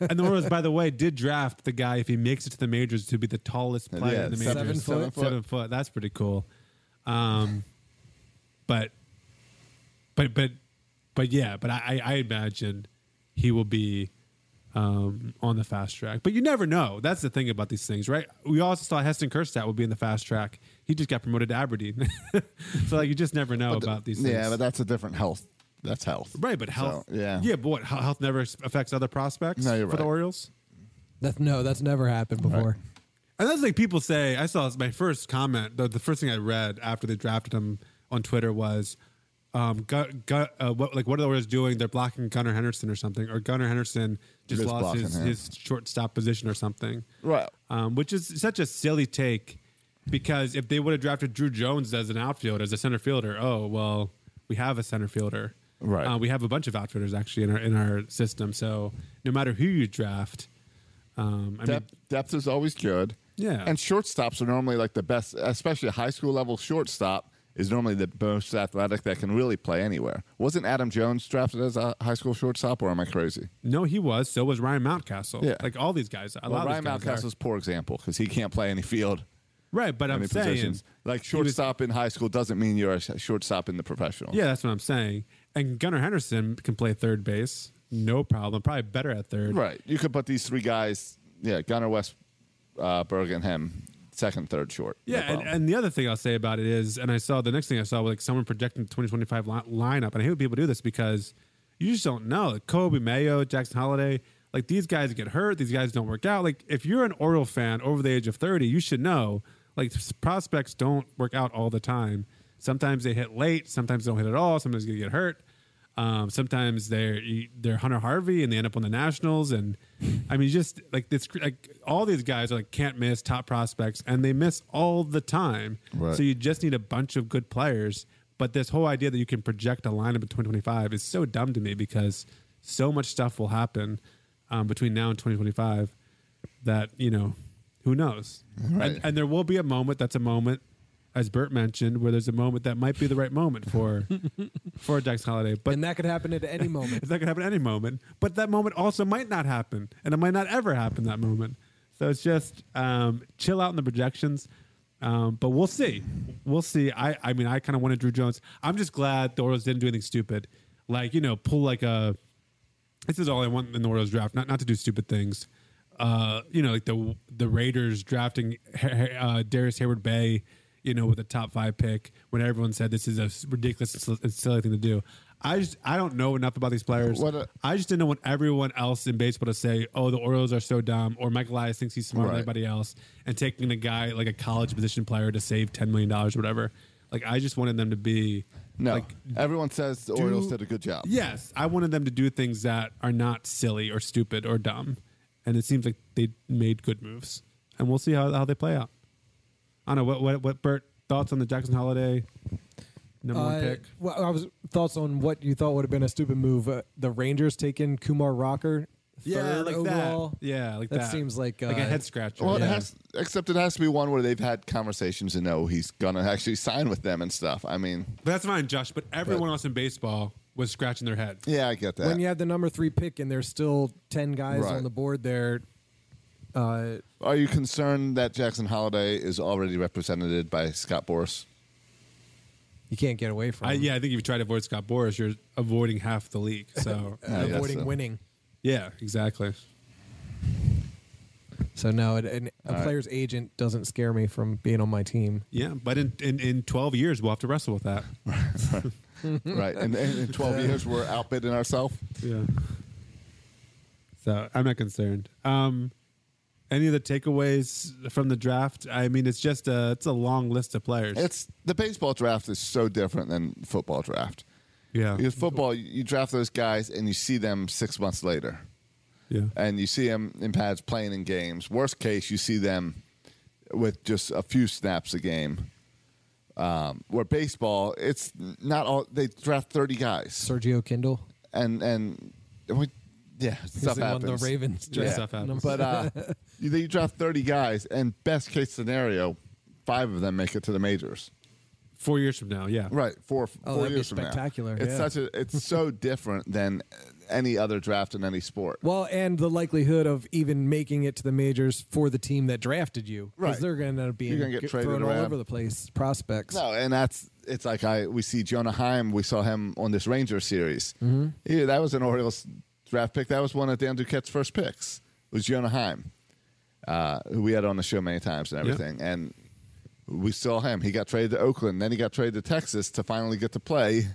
S3: and the Orioles, by the way, did draft the guy if he makes it to the majors to be the tallest player
S4: Yeah,
S3: in the majors.
S4: seven
S5: foot. Seven
S4: foot.
S3: Seven foot. That's pretty cool. Um, but, but, but, but yeah. But I, I I imagine he will be um, on the fast track. But you never know. That's the thing about these things, right? We also saw Heston Kerstad would be in the fast track. He just got promoted to Aberdeen. <laughs> so like, you just never know about these. things.
S4: Yeah, but that's a different health. That's health.
S3: Right, but health.
S4: So, yeah.
S3: Yeah, but what, he- health never s- affects other prospects
S4: No, you're
S3: for the
S4: right.
S3: Orioles?
S5: That no, that's never happened before.
S3: And that's like people say, I saw my first comment, the, the first thing I read after they drafted him on Twitter was, um, gut, gut, uh, what, like what are the Orioles doing? They're blocking Gunnar Henderson or something, or Gunnar Henderson just
S4: Just
S3: lost
S4: blocking
S3: his,
S4: him.
S3: his shortstop position or something.
S4: Right.
S3: Um, which is such a silly take because if they would have drafted Drew Jones as an outfielder, as a center fielder, oh, well, we have a center fielder.
S4: Right.
S3: Uh, we have a bunch of outfielders actually in our in our system. So no matter who you draft, um, I
S4: depth, depth is always good.
S3: Yeah.
S4: And shortstops are normally like the best, especially a high school level shortstop is normally the most athletic that can really play anywhere. Wasn't Adam Jones drafted as a high school shortstop, or am I crazy?
S3: mean, no, he was. So was Ryan Mountcastle.
S4: Yeah.
S3: Like all these guys. A
S4: Well,
S3: lot
S4: Ryan
S3: of these guys are.
S4: Mountcastle's poor example because he can't play any field,
S3: Right, but
S4: any
S3: I'm saying
S4: positions. Like
S3: he was-
S4: shortstop in high school doesn't mean you're a sh- shortstop in the professional.
S3: Yeah, that's what I'm saying. And Gunnar Henderson can play third base, no problem. Probably better at third.
S4: Right. You could put these three guys, yeah, Gunnar West, uh, Berg, and him, second, third, short. No
S3: Yeah, and,
S4: problem.
S3: and the other thing I'll say about it is, and I saw the next thing I saw was like someone projecting the 2025 li- lineup, and I hate when people do this because you just don't know. Like Kobe Mayo, Jackson Holiday, like these guys get hurt, these guys don't work out. Like if you're an Oriole fan over the age of 30, you should know like s- prospects don't work out all the time. Sometimes they hit late, sometimes they don't hit at all, sometimes they get hurt. Um, sometimes they're e, they're Hunter Harvey and they end up on the Nationals, and I mean, just like this, like all these guys are like can't miss top prospects, and they miss all the time.
S4: Right.
S3: So you just need a bunch of good players. But this whole idea that you can project a lineup in 2025 is so dumb to me because so much stuff will happen um, between now and 2025 that you know who knows,
S4: Right.
S3: and, and there will be a moment that's a moment as Bert mentioned, where there's a moment that might be the right moment for for Dex Holiday, but
S5: and that could happen at any moment.
S3: it's not gonna happen at any moment. But that moment also might not happen, and it might not ever happen that moment. So it's just um, chill out in the projections. Um, but we'll see. We'll see. I, I mean, I kind of wanted Drew Jones. I'm just glad the Orioles didn't do anything stupid, like you know, pull like a. This is all I want in the Orioles draft. Not not to do stupid things. Uh, you know, like the the Raiders drafting uh, Darius Hayward Bay. You know, with a top five pick, when everyone said this is a ridiculous and silly thing to do. I just I don't know enough about these players.
S4: What a-
S3: I just didn't want everyone else in baseball to say, "Oh, the Orioles are so dumb," or Michael Elias thinks he's smarter
S4: Right.
S3: than everybody else, and taking a guy like a college position player to save ten million dollars or whatever. Like I just wanted them to be
S4: No,
S3: like
S4: everyone says the
S3: do-
S4: Orioles did a good job.
S3: Yes, I wanted them to do things that are not silly or stupid or dumb, and it seems like they made good moves, and we'll see how, how they play out. I don't know what what what Bert thoughts on the Jackson Holiday <laughs> number
S5: Uh,
S3: one pick.
S5: Well, I was thoughts on what you thought would have been a stupid move. Uh, the Rangers taking Kumar Rocker. third overall.
S3: that. Yeah, like
S5: that
S3: that.
S5: seems like,
S3: like a
S5: uh,
S3: head scratcher.
S4: Well,
S3: yeah.
S4: it has, except it has to be one where they've had conversations and know he's gonna actually sign with them and stuff. I mean,
S3: But that's fine, Josh. But everyone
S4: But-
S3: else in baseball was scratching their head.
S4: yeah, I get that.
S5: When you have the number three pick and there's still ten guys
S4: Right.
S5: on the board there, uh,
S4: Are you concerned that Jackson Holiday is already represented by Scott Boris?
S5: you can't get away from.
S3: I,
S5: it.
S3: yeah, I think if you try to avoid Scott Boris, you're avoiding half the league.
S4: <laughs>
S3: So
S4: I guess
S5: avoiding
S4: so.
S5: winning.
S3: yeah, exactly.
S5: So no, it, and a player's agent doesn't scare me from being on my team.
S3: Yeah, but in, in in 12 years, we'll have to wrestle with that.
S4: <laughs> right. And, and in 12 years, we're outbidding ourselves.
S3: Yeah. So I'm not concerned. Um, any of the takeaways from the draft? I mean, it's just a it's a long list of players.
S4: It's the baseball draft is so different than football draft.
S3: yeah,
S4: Because football, you you draft those guys and you see them six months later,
S3: yeah,
S4: and you see them in pads playing in games. Worst case, you see them with just a few snaps a game. Um, where baseball, it's not all they draft thirty guys,
S5: Sergio Kindle.
S4: and and we, yeah, stuff
S5: He's the one
S4: happens.
S5: the Ravens draft.
S3: Stuff happens.
S4: But
S5: <laughs>
S4: uh, you, you draft 30 guys, and best case scenario, five of them make it to the majors.
S3: four years from now. Yeah,
S4: Right, four
S5: Oh,
S4: four
S5: that'd be
S4: years from now.
S5: spectacular,
S4: It's
S5: yeah.
S4: such a it's
S5: <laughs>
S4: so different than any other draft in any sport.
S5: Well, and the likelihood of even making it to the majors for the team that drafted you, because
S4: Right.
S5: they're going to end up being
S4: You're gonna get
S5: g-
S4: traded
S5: thrown all
S4: around.
S5: over the place prospects.
S4: No, and that's it's like I we see Jonah Heim. We saw him on this Ranger series. Mm-hmm. Yeah, that was an Orioles draft pick. That was one of Dan Duquette's first picks. Was Jonah Heim, uh, who we had on the show many times and
S3: Yeah.
S4: everything, and we saw him. He got traded to Oakland, then he got traded to Texas to finally get to play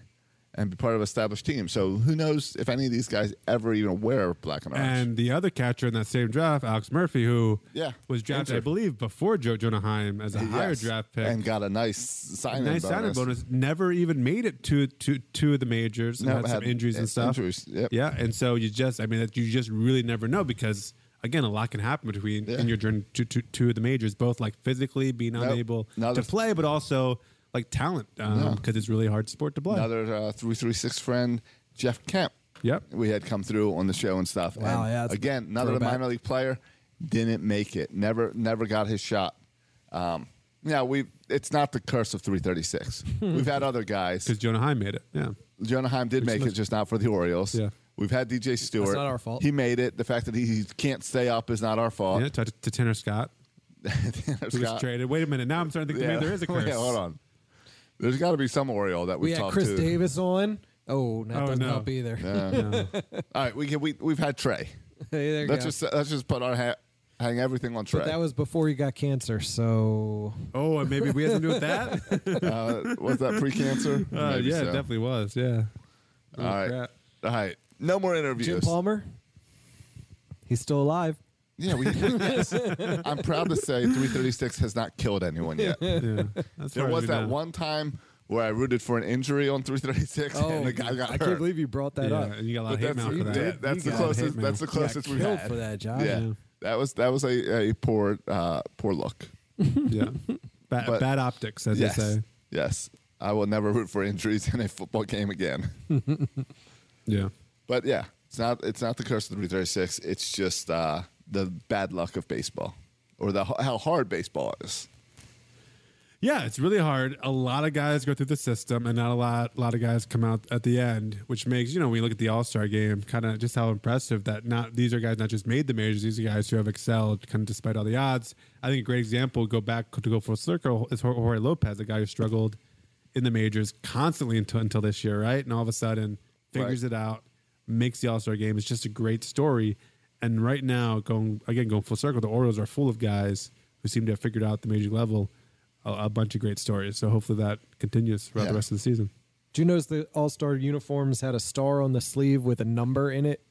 S4: and be part of an established team. So who knows if any of these guys ever even wear black and orange?
S3: And the other catcher in that same draft, Alex Murphy, who
S4: Yeah.
S3: was drafted, I
S4: Injured.
S3: believe, before Joe Jonah Heim as a higher
S4: Yes.
S3: draft pick.
S4: and got a nice signing
S3: nice
S4: bonus.
S3: signing bonus. Never even made it to to two of the majors. And
S4: No,
S3: had, some
S4: had
S3: injuries
S4: in-
S3: and stuff.
S4: injuries, yep.
S3: Yeah, and so you just, I mean, that you just really never know because again, a lot can happen between
S4: Yeah.
S3: in your journey to, to two of the majors, both like physically being unable
S4: Another-
S3: to play, but also like talent because it's really hard sport to play.
S4: another uh, three three six friend Jeff Kemp.
S3: Yep.
S4: we had come through on the show and stuff.
S5: Wow,
S4: And
S5: yeah, that's
S4: again, another
S5: throwback.
S4: minor league player didn't make it. Never, never got his shot. Um, yeah, we. It's not the curse of three thirty six.
S3: Hmm.
S4: We've had other guys.
S3: Because Jonah Heim made it. Yeah,
S4: Jonah Heim did make it, just not for the Orioles.
S3: Yeah.
S4: We've had DJ Stewart.
S5: not our fault.
S4: He made it. The fact that he, he can't stay up is not our fault.
S3: yeah. To, to Tanner Scott,
S4: <laughs>
S3: who was
S4: Scott-
S3: traded. Wait a minute. Now I'm starting to think maybe
S4: <laughs>
S3: there is a curse.
S4: Yeah, hold on. There's got to be some Oriole that
S5: we
S4: we've
S5: had
S4: talked
S5: Chris
S4: to.
S5: Davis on. Oh, that
S3: Oh,
S5: doesn't
S3: no.
S5: help either.
S4: All right, we can, we we've had Trey.
S5: Hey, <laughs> there you
S4: Let's
S5: go.
S4: just let's just put our ha- hang everything on Trey.
S5: But that was before he got cancer, so
S3: Oh, and maybe we had something to do with that.
S4: <laughs> uh, was that
S5: <laughs>
S4: pre-cancer?
S3: Uh,
S4: Maybe
S3: yeah,
S4: so.
S3: it definitely was. Yeah.
S4: All right,
S3: crap.
S4: all right. No more
S5: Jim
S4: interviews.
S5: Palmer, he's still alive.
S4: Yeah, we. yes.
S5: <laughs>
S4: I'm proud to say 336 has not killed anyone
S5: <laughs>
S4: yet.
S3: Yeah. That's
S4: There was that one time where I rooted for an injury on 336, <laughs> and the guy got
S5: Oh, I
S4: hurt.
S5: can't believe you brought that
S3: Yeah,
S5: up.
S3: and you got a lot
S4: But
S3: of hate
S4: that's,
S3: mail
S4: you
S3: for that.
S4: did. that's
S3: You
S4: the
S3: got a lot of hate
S4: closest. That's
S3: mail.
S4: the closest
S5: got
S4: we've
S5: killed
S4: had
S5: for that, Josh.
S4: Yeah.
S3: Yeah.
S4: that was that was a, a poor uh, poor look.
S3: Yeah. <laughs> Bad,
S4: But-
S3: bad optics, as
S4: yes,
S3: they say.
S4: yes. I will never root for injuries <laughs> in a football game again.
S5: Hmm.
S3: Yeah.
S4: But yeah, it's not it's not the curse of the 336. It's just uh, the bad luck of baseball, or the how hard baseball is.
S3: Yeah, it's really hard. A lot of guys go through the system, and not a lot. A lot of guys come out at the end, which makes you know when you look at the All Star game, kind of just how impressive that not these are guys not just made the majors; these are guys who have excelled, kind of despite all the odds. I think a great example go back to go full circle is Jor- Jorge Lopez, a guy who struggled in the majors constantly until until this year, right? And all of a sudden, figures it out, makes the All Star game. It's just a great story. And right now, going again, going full circle, the Orioles are full of guys who seem to have figured out the major level a, a bunch of great stories. So hopefully that continues throughout
S4: Yeah.
S3: the rest of the season.
S5: Do you notice the All Star uniforms had a star on the sleeve with a number in it?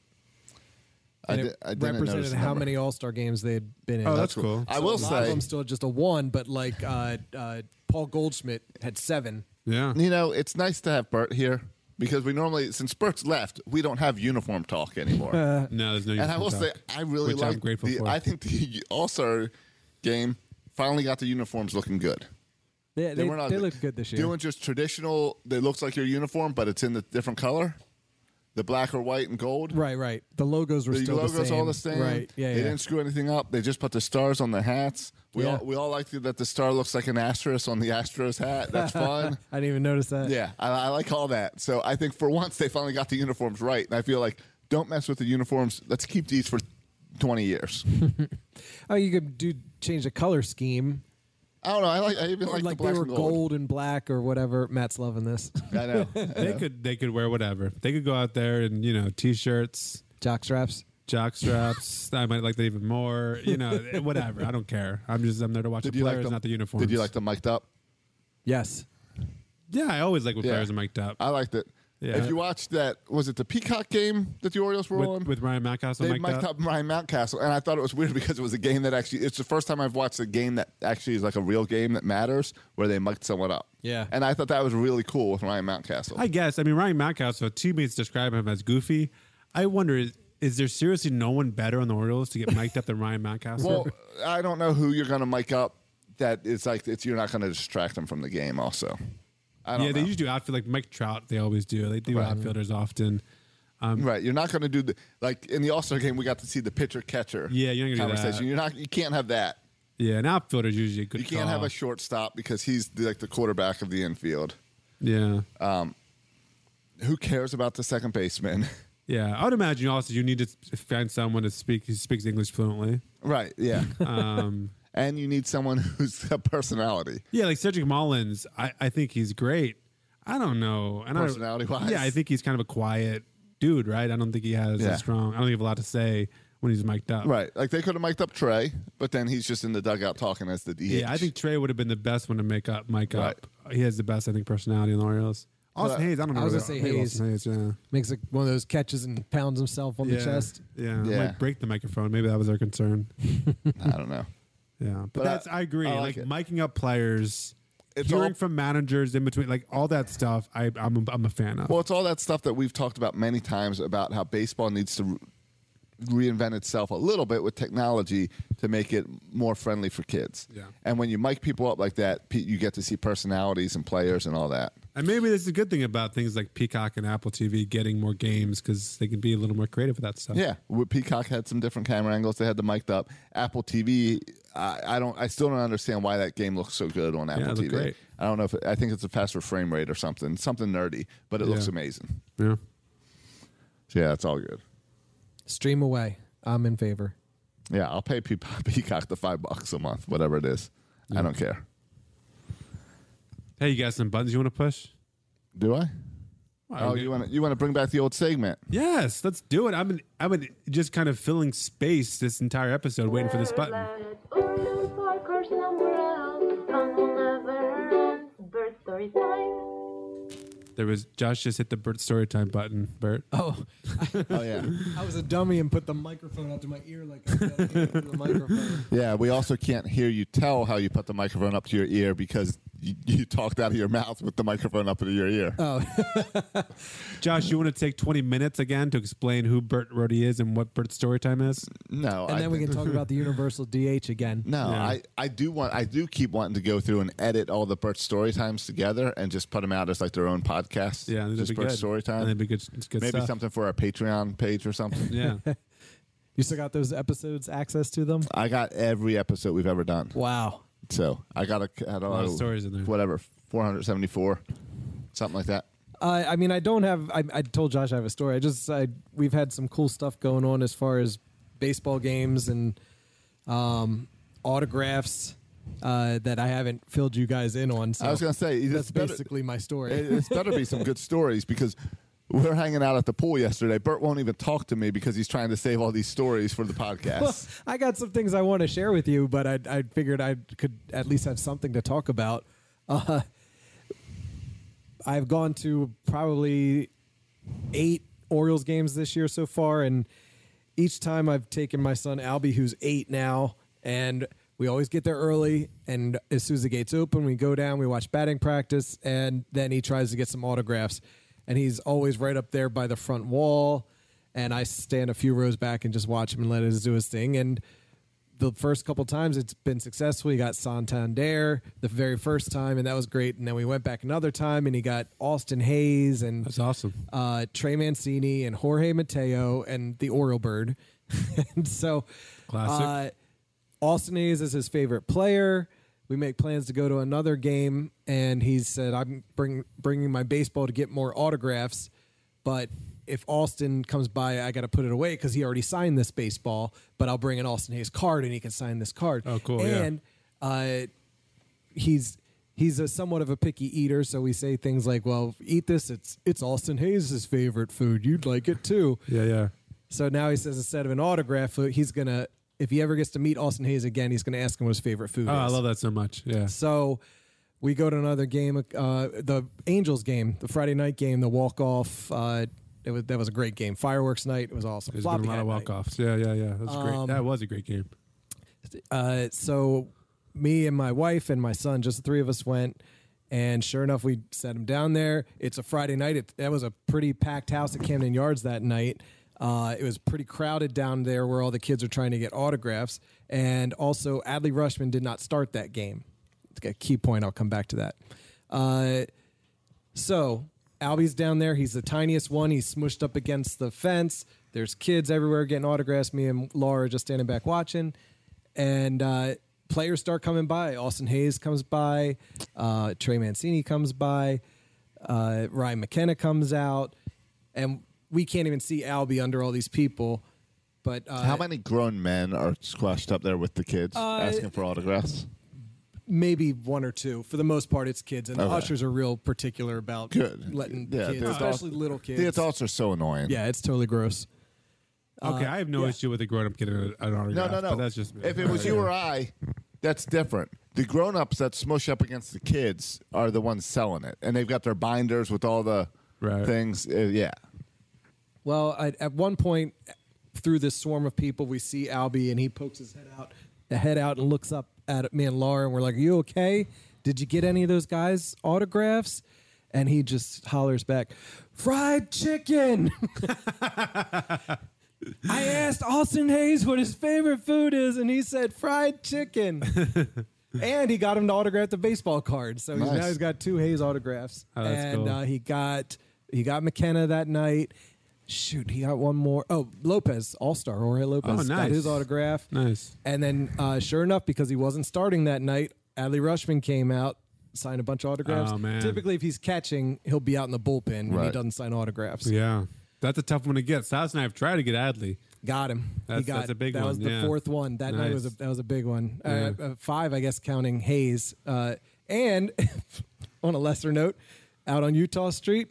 S4: I,
S5: And
S4: di-
S5: it
S4: I didn't notice
S5: represented
S4: the
S5: how
S4: number.
S5: many All Star games they had been in.
S3: Oh, that's cool.
S4: I will
S5: a lot of
S4: say,
S5: them still just a one, but like uh, uh, Paul Goldschmidt had seven.
S3: Yeah.
S4: you know, it's nice to have Bert here because we normally, since Bert's left, we don't have uniform talk anymore.
S5: <laughs>
S3: No, there's no.
S4: and
S3: use
S4: I
S3: to
S4: will
S3: talk.
S4: say, I really
S3: Which I'm
S4: like.
S3: grateful
S4: the,
S3: for.
S4: I think the All Star game finally got the uniforms looking good.
S7: They, they,
S4: were not
S7: they looked good this year.
S4: Doing just traditional. They looks like your uniform, but it's in a different color, the black or white and gold.
S5: <laughs> Right, right. The logos were
S4: The
S5: still
S4: logo's
S5: the same.
S4: all the same.
S5: Right. Yeah.
S4: They
S5: yeah.
S4: didn't screw anything up. They just put the stars on the hats. We
S5: Yeah.
S4: all we all like that the star looks like an asterisk on the Astros hat.
S5: <laughs>
S4: That's fun.
S5: I didn't even notice that.
S4: yeah, I, I like all that. So I think for once they finally got the uniforms right, and I feel like don't mess with the uniforms. Let's keep these for twenty
S5: <laughs>
S4: years.
S5: Oh, you could do change the color scheme.
S4: I don't know. I like. I even
S5: Or
S4: like,
S5: like
S4: the
S5: they
S4: black
S5: were
S4: and gold.
S5: gold and black or whatever. Matt's loving this. <laughs>
S4: I know.
S3: they could they could wear whatever. They could go out there and you know t-shirts,
S5: Jock straps.
S3: jock
S4: <laughs>
S3: straps. I might like that even more. You know, whatever. I don't care. I'm just I'm there to watch the players, not the uniforms.
S4: Did you like them mic'd up?
S5: Yes.
S3: Yeah, I always like when
S4: Yeah.
S3: players are mic'd up.
S4: I liked it.
S3: Yeah.
S4: If you watched that, was it the Peacock game that the Orioles were on?
S3: with, with Ryan Mackhouse
S4: they
S3: on mic'd
S4: mic'd
S3: up.
S4: up Ryan Mountcastle, and I thought it was weird <laughs> because it was a game that actually. It's the first time I've watched a game that actually is like a real game that matters, where they mic'd someone up.
S5: Yeah.
S4: and I thought that was really cool with Ryan Mountcastle.
S3: I guess. I mean, Ryan Mackhouse, so teammates describe him as goofy. I wonder, is, is there seriously no one better on the Orioles to get mic'd up than Ryan Mackhouse?
S4: well, I don't know who you're going to mic up. That it's like it's, you're not going to distract them from the game. Also, I don't
S3: yeah, they
S4: know.
S3: usually do outfield like Mike Trout. They always do. They do
S4: Right.
S3: outfielders often.
S4: Right, you're not going to do the like in the All Star game. We got to see the pitcher catcher.
S3: Yeah, you're not gonna do that.
S4: conversation. You're not. You can't have that.
S3: Yeah, an outfielder's usually a good.
S4: You can't
S3: call.
S4: have a shortstop because he's the, like the quarterback of the infield.
S3: yeah,
S4: Who cares about the second baseman? <laughs>
S3: yeah. I would imagine also you need to s- find someone to speak who speaks English fluently.
S4: right. Yeah.
S3: Um,
S4: <laughs> and you need someone who's got personality.
S3: yeah, like Cedric Mullins. I, I think he's great. I don't know. And I don't-
S4: Personality-wise?
S3: yeah, I think he's kind of a quiet dude, right? I don't think he has
S4: Yeah.
S3: a strong. I don't think he have a lot to say when he's mic'd up.
S4: Right. Like they could have mic'd up Trey, but then he's just in the dugout talking as the DH.
S3: Yeah, I think Trey would have been the best one to make up mic
S4: Right.
S3: up. He has the best, I think, personality in the Orioles. Austin
S4: But-
S3: Hayes, I don't know.
S5: I was
S3: really-
S5: gonna say
S3: maybe
S5: Hayes.
S3: Austin Hayes, yeah.
S5: Makes like one of those catches and pounds himself on
S3: yeah.
S5: the chest.
S3: Yeah.
S4: Yeah.
S3: Might break the microphone. Maybe that was their concern.
S4: I don't know.
S3: Yeah. But,
S4: But I-
S3: that's I, agree.
S4: I
S3: like
S4: like it.
S3: miking up players,
S4: It's
S3: hearing
S4: all-
S3: from managers in between, like all that stuff I I'm a, I'm a fan of.
S4: Well, it's all that stuff that we've talked about many times about how baseball needs to re- reinvent itself a little bit with technology to make it more friendly for kids.
S3: Yeah.
S4: And when you mic people up like that, pe- you get to see personalities and players and all that.
S3: and maybe this is a good thing about things like Peacock and Apple TV getting more games cuz they can be a little more creative with that stuff.
S4: Yeah, with Peacock had some different camera angles. They had the mic'd up. Apple TV, I, I don't, I still don't understand why that game looks so good on Apple
S3: it looked
S4: TV.
S3: great.
S4: I don't know if it, I think it's a faster frame rate or something, something nerdy, but it looks
S3: Yeah.
S4: amazing.
S3: Yeah.
S4: So yeah, it's all good.
S5: Stream away. I'm in favor.
S4: Yeah, I'll pay Pe- <laughs> Peacock the five bucks a month, whatever it is. I don't care.
S3: Hey, you got some buttons you want to push?
S4: Do I?
S3: Wow,
S4: Oh,
S3: you-
S4: you want to you want to bring back the old segment?
S3: Yes, let's do it. I'm in, I'm in just kind of filling space this entire episode waiting for this button. There was Josh just hit the Bert story time button. Bert,
S5: Oh,
S4: Oh yeah,
S5: I was a dummy and put the microphone up to my ear like I the microphone.
S4: yeah. We also can't hear you tell how you put the microphone up to your ear because you, you talked out of your mouth with the microphone up to your ear.
S3: Josh, you want to take 20 minutes again to explain who Bert Rhodey is and what Bert story time is?
S4: no,
S5: And
S4: I
S5: then we
S4: think-
S5: can talk about the universal DH again.
S4: No, I, I do want I do keep wanting to go through and edit all the Bert story times together and just put them out as like their own podcast.
S3: Yeah, I think that'd
S4: just
S3: be
S4: Bert
S3: good.
S4: story
S3: I
S4: time.
S3: think that'd be good- it's good
S4: Maybe
S3: stuff.
S4: something for our Patreon page or something. <laughs>
S3: Yeah.
S5: You still got those episodes access to them?
S4: I got every episode we've ever done.
S5: Wow.
S4: So I got a I don't
S3: lot of
S4: know,
S3: stories in there.
S4: Whatever, four hundred seventy four, something like that.
S5: Uh, I mean, I don't have. I, I told Josh I have a story. I just, I we've had some cool stuff going on as far as baseball games and um, autographs uh, that I haven't filled you guys in on. So
S4: I was gonna say it's
S5: that's
S4: better-
S5: basically my story. <laughs>
S4: It, it's better be some good stories because we were hanging out at the pool yesterday. Bert won't even talk to me because he's trying to save all these
S3: <laughs>
S4: stories for the
S5: well,
S4: podcast.
S5: I got some things I want to share with you, but I, I figured I could at least have something to talk about. Uh, <laughs> I've gone to probably eight Orioles games this year so far, and each time I've taken my son Albie, who's eight now, and we always get there early. And as soon as the gates open, we go down, we watch batting practice, and then he tries to get some autographs, and he's always right up there by the front wall. And I stand a few rows back and just watch him and let him do his thing. And the first couple times it's been successful. He got Santander the very first time, and that was great. And then we went back another time, and he got Austin Hayes and
S3: That's awesome.
S5: uh, Trey Mancini and Jorge Mateo and the Oriole Bird. <laughs> and so,
S3: Classic.
S5: Uh, Austin Hayes is his favorite player. We make plans to go to another game, and he said, "I'm bring, bringing my baseball to get more autographs, but if Austin comes by, I got to put it away because he already signed this baseball. But I'll bring an Austin Hayes card, and he can sign this card.
S3: Oh, cool, yeah.
S5: And uh, he's he's a somewhat of a picky eater, so we say things like, "Well, eat this. It's it's Austin Hayes' favorite food. You'd like it too."
S3: Yeah, yeah.
S5: So now he says instead of an autograph, he's gonna if he ever gets to meet Austin Hayes again, he's gonna ask him what his favorite food
S3: Oh,
S5: is.
S3: I love that so much. Yeah.
S5: So we go to another game, uh, the Angels game, the Friday night game, the walk off. Uh, it was, that was a great game. Fireworks night. It was awesome.
S3: There's been a
S5: Floppy
S3: lot
S5: hat
S3: of
S5: night. Um,
S3: walk offs. Yeah, yeah, yeah. That was great. That was a great game.
S5: uh, so me and my wife and my son, just the three of us went. And sure enough, we sent him down there. It's a Friday night. It, that was a pretty packed house at Camden Yards that night. Uh, it was pretty crowded down there where all the kids are trying to get autographs. And also, Adley Rushman did not start that game. It's a key point. I'll come back to that. Uh, so Albie's down there. He's the tiniest one. He's smushed up against the fence. There's kids everywhere getting autographs. Me and Laura are just standing back watching. And uh, players start coming by. Austin Hayes comes by. Uh, Trey Mancini comes by. Uh, Ryan McKenna comes out. And we can't even see Albie under all these people. But uh,
S4: How many grown men are squashed up there with the kids asking for autographs?
S5: maybe one or two. For the most part, it's kids. And the
S4: Okay.
S5: ushers are real particular about
S4: Good.
S5: letting
S4: Yeah,
S5: kids,
S4: the adults-
S5: especially little kids.
S4: The adults are so annoying.
S5: yeah, it's totally gross. uh,
S3: Okay, I have no issue with a grown up getting an an
S4: No,
S3: autograph.
S4: no, no.
S3: But that's just me.
S4: if it was you or I, that's different. The grown-ups that smush up against the kids are the ones selling it, and they've got their binders with all the
S3: Right.
S4: things. Uh, yeah,
S5: Well, I, at one point through this swarm of people, we see Albie and he pokes his head out, the head out, and looks up at me and Laura, and we're like, "Are you okay? Did you get any of those guys' autographs?" And he just hollers back, "Fried chicken." <laughs> I asked Austin Hayes what his favorite food is, and he said fried chicken. and he got him to autograph the baseball card, so he's, now
S4: Nice.
S5: he's got two Hayes autographs.
S3: Oh, that's
S5: and
S3: cool.
S5: uh, he got he got McKenna that night. Shoot, he got one more. Oh, Lopez, All Star, Jorge Lopez
S3: Oh,
S5: got
S3: nice.
S5: his autograph.
S3: Nice.
S5: And then, uh, sure enough, because he wasn't starting that night, Adley Rushman came out, signed a bunch of autographs.
S3: Oh, man.
S5: Typically, if he's catching, he'll be out in the bullpen and he
S4: Right.
S5: doesn't sign autographs.
S3: Yeah. That's a tough one to get. Silas and I have tried to get Adley.
S5: Got him.
S3: That's-
S5: he got
S3: that's a big
S5: that was
S3: one,
S5: the
S3: yeah.
S5: fourth one. That night was a
S3: Nice.
S5: that was a big one. Uh, uh, five, I guess, counting Hayes. Uh, and <laughs> on a lesser note, out on Utah Street,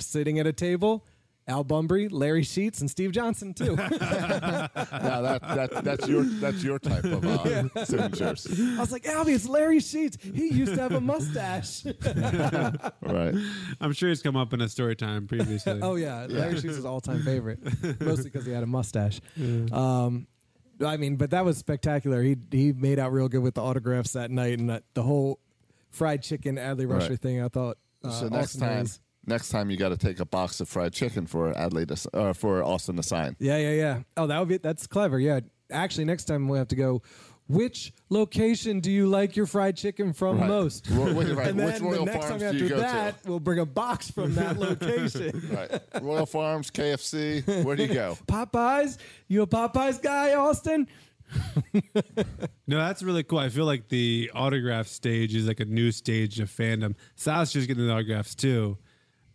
S5: sitting at a table, Al Bumbry, Larry Sheets, and Steve Johnson too. <laughs> I
S4: now that, that that's your that's your type of
S5: <laughs>
S4: uh, signatures,
S5: was like, Albie, it's Larry Sheets. He used to have a mustache. <laughs>
S4: right?
S5: Uh,
S3: I'm sure he's come up in a story time previously.
S5: <laughs> Oh yeah, Larry
S4: <laughs>
S5: Shoes is all time favorite, mostly because he had a mustache. Um, I mean, but that was spectacular. He he made out real good with the autographs that night, and that, the whole fried chicken Adley Rusher
S4: Right.
S5: thing. I thought. Uh,
S4: so next
S5: Austin
S4: time,
S5: Hayes-
S4: next time you got to take a box of fried chicken for Adelaide to, s- uh, for Austin to sign.
S5: Yeah, yeah, yeah. Oh, that would be that's clever. Yeah, actually, next time we have to go. Which location do you like your fried chicken from
S4: Right. <laughs>
S5: most?
S4: Ro- wait, right,
S5: And
S4: which
S5: then the
S4: Royal
S5: next time
S4: Farms do
S5: after
S4: you go
S5: that, we'll bring a box
S4: <laughs>
S5: from that location.
S4: to? Right, Royal Farms, KFC. Where do you go?
S5: Popeyes? You a Popeyes guy, Austin?
S3: No, that's really cool. I feel like the autograph stage is like a new stage of fandom. Sausage getting the autographs too.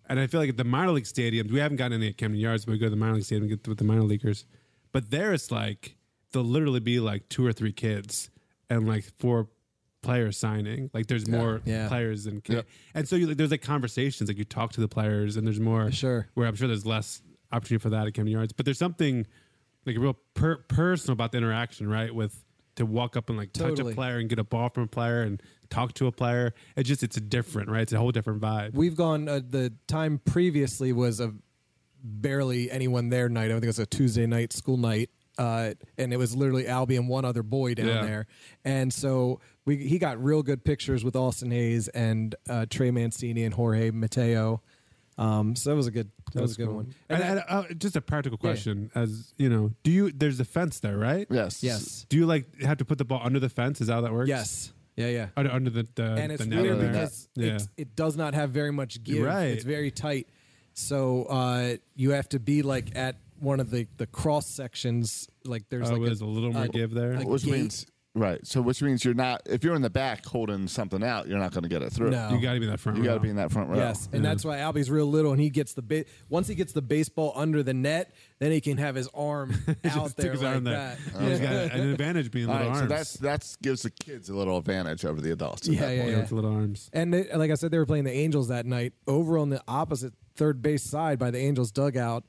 S3: And I feel like at the minor league stadiums, we haven't gotten any at Camden Yards, but we go to the minor league stadium and get with the minor leaguers. But there it's like there'll literally be like two or three kids and like four players signing. Like there's more
S5: yeah.
S3: players than kids.
S4: Yep.
S3: And so you, like, there's like conversations, like you talk to the players and there's more
S5: Sure.
S3: where I'm sure there's less opportunity for that at Camden Yards. But there's something like real per- personal about the interaction, right? With to walk up and like touch
S5: Totally.
S3: a player and get a ball from a player and talk to a player. It just it's different, right? It's a whole different vibe.
S5: We've gone. Uh, the time previously was a barely anyone there night. I think it was a Tuesday night school night, uh, and it was literally Albie and one other boy down
S3: Yeah.
S5: there. And so we he got real good pictures with Austin Hayes and uh, Trey Mancini and Jorge Mateo. Um, so that was a good. That, was a good one.
S3: And, and, uh, just a practical question, as you know, do you? There's a fence there, right?
S4: <laughs> Yes.
S5: Yes.
S3: Do you like have to put the ball under the fence? Is that how that works?
S5: Yes. Yeah. Yeah.
S3: Under, under the, the
S5: and it's
S3: the net
S5: weird
S3: there.
S5: because
S3: yeah.
S5: it's, it does not have very much give.
S3: Right.
S5: It's very tight. So uh, you have to be like at one of the, the cross sections. Like there's
S3: Oh,
S5: like
S3: there's a little more give there?
S5: a
S4: Which
S5: gate.
S4: means right. So which means you're not if you're in the back holding something out, you're not going to get it through.
S5: No.
S3: you got to be in that front.
S4: You got to
S3: row.
S4: be in that front row.
S5: Yes, and that's why Albie's real little, and he gets the bit. Once he gets the baseball under the net, then he can have his
S3: <laughs>
S5: arm out
S3: Just stick
S5: there
S3: his
S5: like
S3: arm there. <laughs>
S5: that.
S3: You just got
S5: <laughs>
S3: an advantage being
S4: All
S3: little
S4: right, so
S3: arms.
S4: that's that's gives the kids a little advantage over the adults. at
S5: Yeah,
S4: that
S5: yeah,
S4: point.
S3: yeah, it's little arms.
S5: And they, like I said, they were playing the Angels that night. Over on the opposite third base side by the Angels dugout,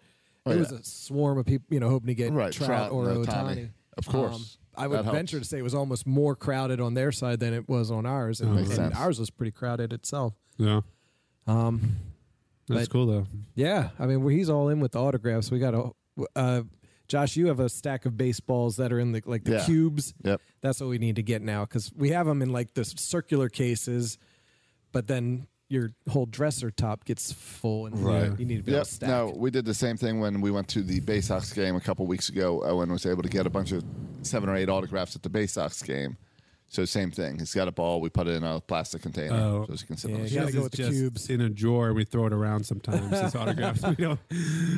S4: Oh,
S5: it
S4: yeah.
S5: was a swarm of people, you know, hoping to get
S4: Right,
S5: Trout,
S4: Trout
S5: or
S4: and
S5: Otani.
S4: Ohtani. Of course.
S5: I would
S4: That helps.
S5: venture to say it was almost more crowded on their side than it was on ours, and,
S4: Makes
S5: and
S4: sense.
S5: ours was pretty crowded itself.
S3: Yeah.
S5: Um,
S3: That's
S5: But-
S3: cool though.
S5: yeah, I mean, well, he's all in with the autographs. We got a. Uh, Josh, you have a stack of baseballs that are in the like the
S4: Yeah.
S5: cubes.
S4: Yep.
S5: That's what we need to get now because we have them in like the circular cases, but then your whole dresser top gets full and
S3: Right.
S5: you need to be able
S4: Yep.
S5: to stack.
S4: No, we did the same thing when we went to the Bay Sox game a couple weeks ago. Owen was able to get a bunch of seven or eight autographs at the Bay Sox game. So same thing. He's got a ball. We put it in a plastic container
S3: Oh.
S4: so he can sit
S5: Yeah,
S4: on the
S5: you gotta
S4: shelf.
S5: go
S3: This
S5: with
S3: is
S5: the
S3: just
S5: cubes.
S3: in a drawer. We throw it around sometimes.
S5: <laughs>
S3: It's autographs. We don't.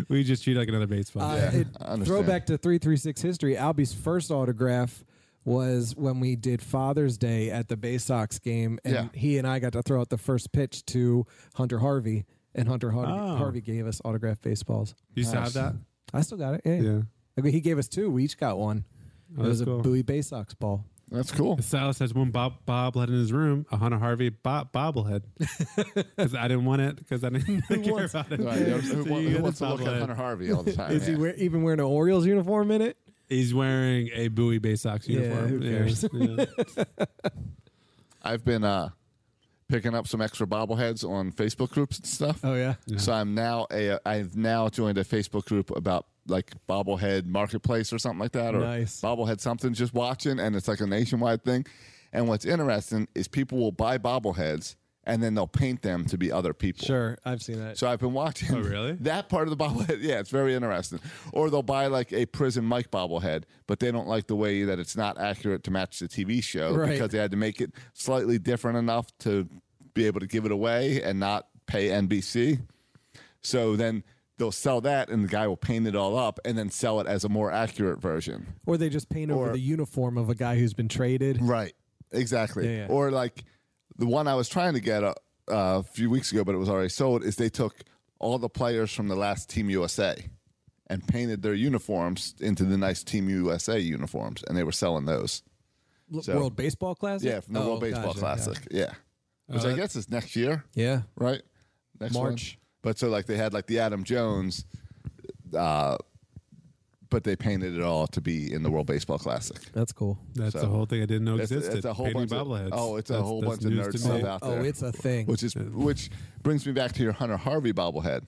S3: We just treat it like another baseball.
S5: Uh,
S4: Yeah,
S5: it-
S4: I understand.
S5: throwback to 336 history. Albie's first autograph was when we did Father's Day at the Bay Sox game, and
S4: Yeah.
S5: he and I got to throw out the first pitch to Hunter Harvey, and Hunter Har-
S3: Oh.
S5: Harvey gave us autographed baseballs.
S3: you used to have that.
S5: I still got it. <laughs> Yeah.
S3: Yeah.
S5: I mean, he gave us two. We each got one.
S3: Oh,
S5: it
S3: that's
S5: was
S3: cool.
S5: a Bowie Bay Sox ball.
S4: That's cool.
S3: Silas has one bob bobblehead in his room. A Hannah Harvey bob
S5: <laughs>
S3: bobblehead. Because I didn't want it. Because I didn't <laughs> care
S5: wants-
S3: about it.
S4: Right,
S3: So
S4: yeah, who, wa-
S3: you
S4: who
S3: got
S4: wants
S3: the
S4: to look at
S3: bobblehead.
S4: Hunter Harvey all <laughs> the time?
S5: Is he
S4: Yeah.
S5: wear, even wearing an Orioles uniform in it?
S3: He's wearing a Bowie Bay Sox
S5: Yeah,
S3: uniform.
S5: who cares? <laughs>
S3: yeah.
S4: I've been uh, picking up some extra bobbleheads on Facebook groups and stuff.
S5: Oh yeah.
S4: So I'm now a I've now joined a Facebook group about like bobblehead marketplace or something like that or
S5: Nice.
S4: bobblehead something just watching and it's like a nationwide thing. And what's interesting is people will buy bobbleheads and then they'll paint them to be other people.
S5: Sure, I've seen that.
S4: So I've been watching.
S3: Oh, really?
S4: <laughs> That part of the bobblehead, yeah, it's very interesting. Or they'll buy like a prison Mike bobblehead, but they don't like the way that it's not accurate to match the TV show
S5: Right.
S4: because they had to make it slightly different enough to be able to give it away and not pay NBC. So then they'll sell that, and the guy will paint it all up and then sell it as a more accurate version.
S5: Or they just paint over
S4: Or-
S5: the uniform of a guy who's been traded.
S4: Right. Exactly.
S5: Yeah, yeah.
S4: Or like the one I was trying to get a, a few weeks ago, but it was already sold. Is they took all the players from the last Team USA and painted their uniforms into the nice Team USA uniforms, and they were selling those.
S5: L-
S4: Mm-hmm. So-
S5: World Baseball Classic.
S4: Yeah, from the
S5: Oh,
S4: World Baseball
S5: gotcha, Uh,
S4: Classic.
S5: gotcha.
S4: Yeah, which I guess is next year,
S5: Yeah.
S4: right? Next one.
S5: March.
S4: But so like they had like the Adam Jones, uh, but they painted it all to be in the World Baseball Classic.
S5: That's cool.
S3: That's
S4: So-
S3: the whole thing I didn't know
S4: That's-
S3: existed.
S4: that's a whole
S3: Painting
S4: bunch of-
S3: bobbleheads.
S4: oh, it's a
S3: That's-
S4: whole
S3: that's
S4: bunch of
S3: news
S4: nerd
S3: to
S4: stuff
S3: me.
S4: out
S5: Oh,
S4: there.
S5: it's a thing.
S4: which is which brings me back to your Hunter Harvey bobblehead.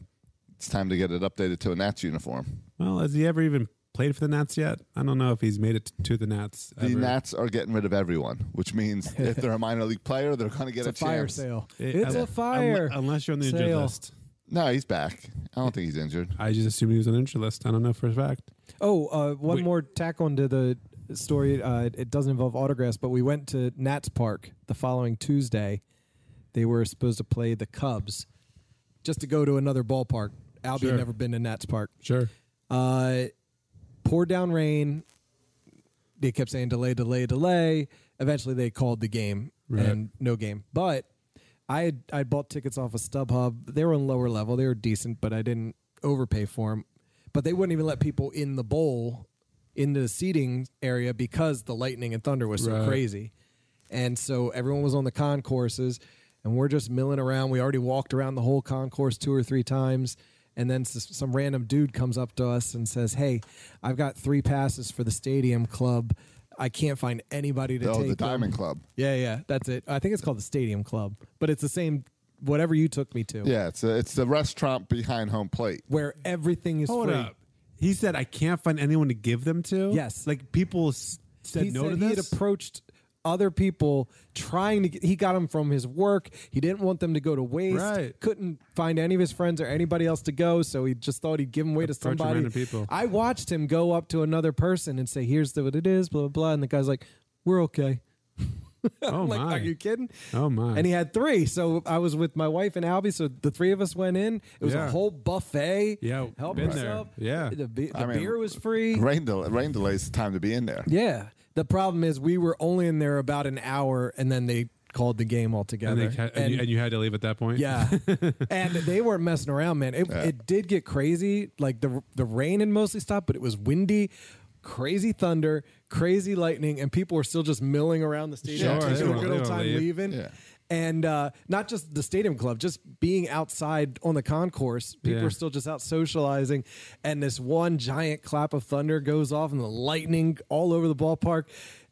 S4: It's time to get it updated to a Nats uniform.
S3: Well, has he ever even played for the Nats yet? I don't know if he's made it t- to the Nats.
S4: The
S3: ever.
S4: Nats are getting rid of everyone, which
S5: <laughs>
S4: means if they're a minor league player, they're going to get
S5: it's a,
S4: a,
S5: fire
S4: chance.
S5: sale.
S3: It-
S5: it's
S3: un-
S5: a fire.
S3: Eh, unle- unless you're on the injured
S5: sale.
S3: list.
S4: No, he's back. I don't think he's injured.
S3: I just assumed he was on the injured list. I don't know for a fact.
S5: Oh, uh, one
S3: Wait.
S5: more tack on to the story. Uh, it- it doesn't involve autographs, but we went to Nats Park the following Tuesday. They were supposed to play the Cubs just to go to another ballpark. Albie
S3: Sure.
S5: had never been to Nats Park.
S3: Sure.
S5: Uh, poured down rain. they kept saying delay, delay, delay. Eventually, they called the game
S3: Right.
S5: and no game. But I had I bought tickets off of StubHub. They were on lower level. They were decent, but I didn't overpay for them. But they wouldn't even let people in the bowl, in the seating area because the lightning and thunder was so
S3: Right.
S5: crazy. And so everyone was on the concourses, and we're just milling around. We already walked around the whole concourse two or three times. And then s- some random dude comes up to us and says, Hey, I've got three passes for the stadium club. I can't find anybody to
S4: Oh,
S5: take.
S4: the
S5: them."
S4: Diamond Club.
S5: Yeah, yeah, that's it. I think it's called the Stadium Club, but it's the same, whatever you took me to,
S4: Yeah, it's a, it's the restaurant behind home plate.
S5: where everything is
S3: Hold
S5: free.
S3: up. He said, I can't find anyone to give them to?
S5: Yes.
S3: Like people s- said
S5: he
S3: no
S5: said
S3: to
S5: he
S3: this?
S5: had approached other people trying to get, he got them from his work he didn't want them to go to waste
S3: Right.
S5: couldn't find any of his friends or anybody else to go so he just thought he'd give them away to
S3: Approach
S5: somebody
S3: random people.
S5: i watched him go up to another person and say here's the, what it is blah blah blah and the guy's like we're okay <laughs>
S3: oh,
S5: like
S3: my.
S5: are you kidding
S3: Oh, my.
S5: and he had three so i was with my wife and albie so the three of us went in it was a
S3: Yeah.
S5: whole buffet
S3: Yeah,
S5: help
S3: been there.
S5: yourself
S3: Yeah.
S5: the, be- the
S4: I mean,
S5: beer was free
S4: Rain, del- rain delays the time to be in there.
S5: yeah. The problem is we were only in there about an hour and then they called the game
S3: and,
S5: altogether.
S3: they, ca- and, you, and you had to leave at that point? <laughs>
S5: yeah. and they weren't messing around, man. It, it did get crazy. Like the the rain had mostly stopped, but it was windy, crazy thunder, crazy lightning, and people were still just milling around the stadium.
S4: Sure,
S5: taking
S4: they
S5: a
S4: won't-
S5: good
S3: they
S5: old
S3: won't
S5: time
S3: leave.
S5: leaving.
S4: Yeah.
S5: And uh, not just the stadium club, just being outside on the concourse. People
S3: Yeah.
S5: are still just out socializing. And this one giant clap of thunder goes off and the lightning all over the ballpark.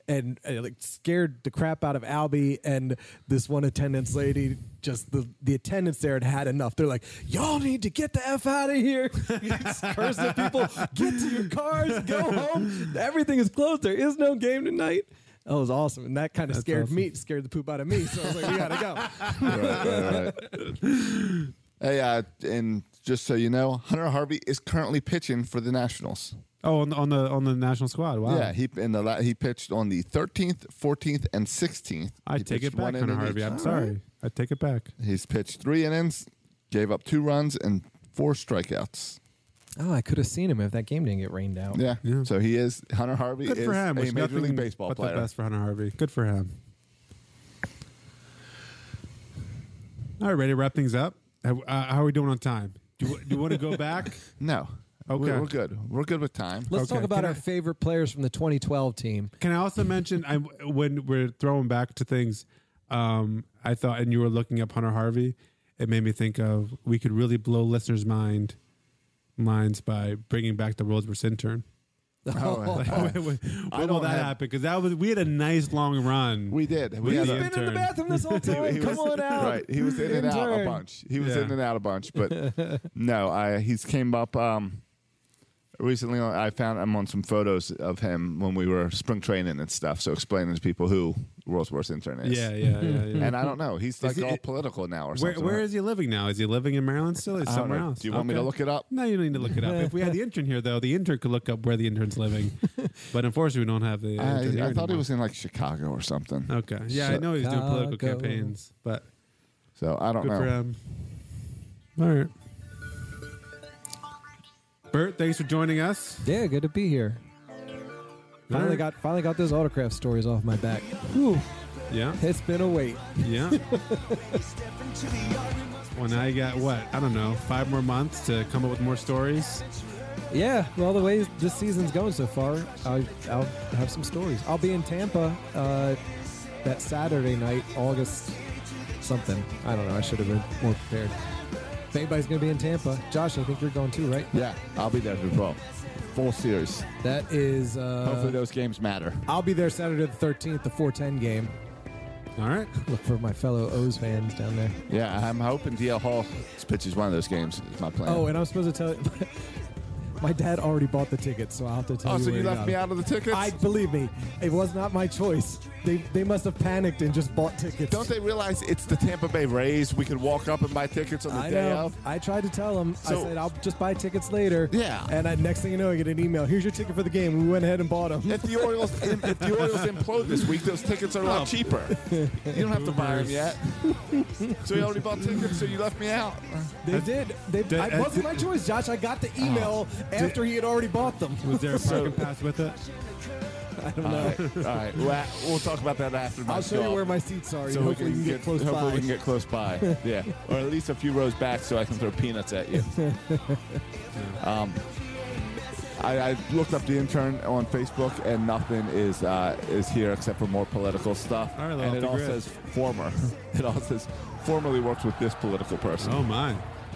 S5: And uh, like scared the crap out of Albie and this one attendance lady. Just the, the attendants there had had enough. They're like, "Y'all need to get the f out of here!" <laughs> Just cursing at people, get to your cars, go home. Everything is closed. There is no game tonight. That was awesome, and that kind of scared
S3: awesome.
S5: me meat scared the poop out of me. So I was like, we gotta go.
S4: Right, right, right. hey, uh, and just so you know, Hunter Harvey is currently pitching for the Nationals.
S3: Oh, on the, on the on the national squad. Wow.
S4: Yeah, he in the la- he pitched on the 13th, 14th, and 16th.
S3: I
S4: He
S3: take
S4: pitched
S3: it back,
S4: one
S3: Hunter
S4: inning
S3: Harvey.
S4: each.
S3: I'm
S4: All
S3: sorry.
S4: right.
S3: I take it back.
S4: He's pitched three innings, gave up two runs and four strikeouts.
S5: <laughs> Oh, I could have seen him if that game didn't get rained out.
S4: Yeah.
S3: Yeah.
S4: So he is Hunter Harvey
S3: Good
S4: is
S3: for him.
S4: a
S3: Which
S4: major
S3: nothing
S4: league baseball
S3: but
S4: player.
S3: the best for Hunter Harvey. Good for him. All right, ready to wrap things up? Uh, how are we doing on time? Do you, do you want to
S4: <laughs>
S3: go back?
S4: No.
S3: Okay.
S4: We're, we're good. We're good with time.
S5: Let's
S3: Okay.
S5: talk about
S3: Can
S5: our
S3: I-
S5: favorite players from the 2012 team.
S3: Can I also mention I when we're throwing back to things, um, I thought, and you were looking up Hunter Harvey. It made me think of we could really blow listeners' mind minds by bringing back the World's Worst
S4: <laughs>
S3: Intern.
S4: Oh,
S3: <laughs> when
S4: I
S3: will
S4: don't
S3: that
S4: have-
S3: happen? Because that was we had a nice long run.
S4: we did. We
S3: He's
S4: had
S3: been
S4: a-
S3: in the Intern. bathroom
S5: this
S4: <laughs>
S5: whole <laughs>
S4: He- he was- Right. He was in and out a
S5: Intern.
S4: bunch. He was
S3: Yeah.
S4: in and out a bunch, but no, I he's came up um recently on- I found I'm on some photos of him when we were spring training and stuff, so explaining to people who World's Worst Intern is.
S3: Yeah, yeah,
S4: <laughs>
S3: yeah. yeah.
S4: And I don't know. He's like
S3: he-
S4: all political now or
S3: Where,
S4: something.
S3: where
S4: right?
S3: is he living now? Is he living in Maryland still? Is
S4: I don't
S3: somewhere
S4: know.
S3: else?
S4: Do you want me to
S3: Okay.
S4: look it up?
S3: No, you don't need to look it up. if we had the intern here, though, the intern could look up where the intern's
S4: <laughs>
S3: living. but unfortunately, we don't have the.
S4: I,
S3: intern here
S4: I thought he
S3: anymore.
S4: was in like Chicago or something.
S3: Okay. Yeah, I know he's doing political
S5: Chicago.
S3: campaigns, but
S4: So I don't
S3: good for
S4: know.
S3: him. All right. Bert, thanks for joining us.
S5: Yeah, good to be here. Finally
S3: Alright.
S5: got finally got those autograph stories off my back. Whew,
S3: Yeah,
S5: it's been a wait.
S4: <laughs>
S3: yeah. well, now you got what? I don't know, five more months to come up with more stories.
S5: Yeah, well, the way this season's going so far, I, I'll have some stories. I'll be in Tampa uh, that Saturday night, August something. I don't know. I should have been more prepared. If anybody's going to be in Tampa, Josh, I think you're going too, right?
S4: Yeah, I'll be there as well. Full series.
S5: That is. Uh,
S4: Hopefully those games matter.
S5: I'll be there Saturday the 13th, the 410 game.
S3: All right.
S5: Look for my fellow O's fans down there.
S4: Yeah, I'm hoping DL Hall pitches one of those games. Is my plan.
S5: Oh, and I'm supposed to tell <laughs> you. My dad already bought the tickets, so I'll have to tell
S4: Oh,
S5: you.
S4: so
S5: where
S4: you
S5: he
S4: left
S5: got
S4: me
S5: them.
S4: out of the tickets?
S5: I believe me, it was not my choice. They they must have panicked and just bought tickets.
S4: Don't they realize it's the Tampa Bay Rays? We could walk up and buy tickets on the
S5: I
S4: day
S5: know.
S4: of.
S5: I tried to tell them.
S4: So-
S5: I said I'll just buy tickets later.
S4: Yeah.
S5: And I, next thing you know, I get an email. Here's your ticket for the game. We went ahead and bought them.
S4: If the Orioles
S5: <laughs>
S4: if the Orioles implode this week, those tickets are a
S5: Oh.
S4: lot cheaper. You don't have to buy them yet. So you already bought tickets, so you left me out.
S5: They did. They,
S3: Did-
S5: I, it wasn't
S4: Oh.
S5: my
S4: <laughs>
S5: choice, Josh. I got the email after he had already bought them.
S3: Was there a parking pass with it?
S5: I don't know.
S4: All right, la- we'll talk about that after my
S7: I'll show
S4: golf.
S7: you where my seats are.
S4: So
S7: So
S4: we
S7: hopefully you can get, close
S4: hopefully
S7: by.
S4: we can get
S7: <laughs>
S4: close by. yeah, or at least a few rows back, so I can throw peanuts at you. um, I, I looked up the intern on Facebook, and nothing is uh, is here except for more political stuff.
S3: All right, well,
S4: and it
S3: off
S4: all
S3: the grid.
S4: says former. <laughs> It all says formerly worked with this political person.
S3: Oh my,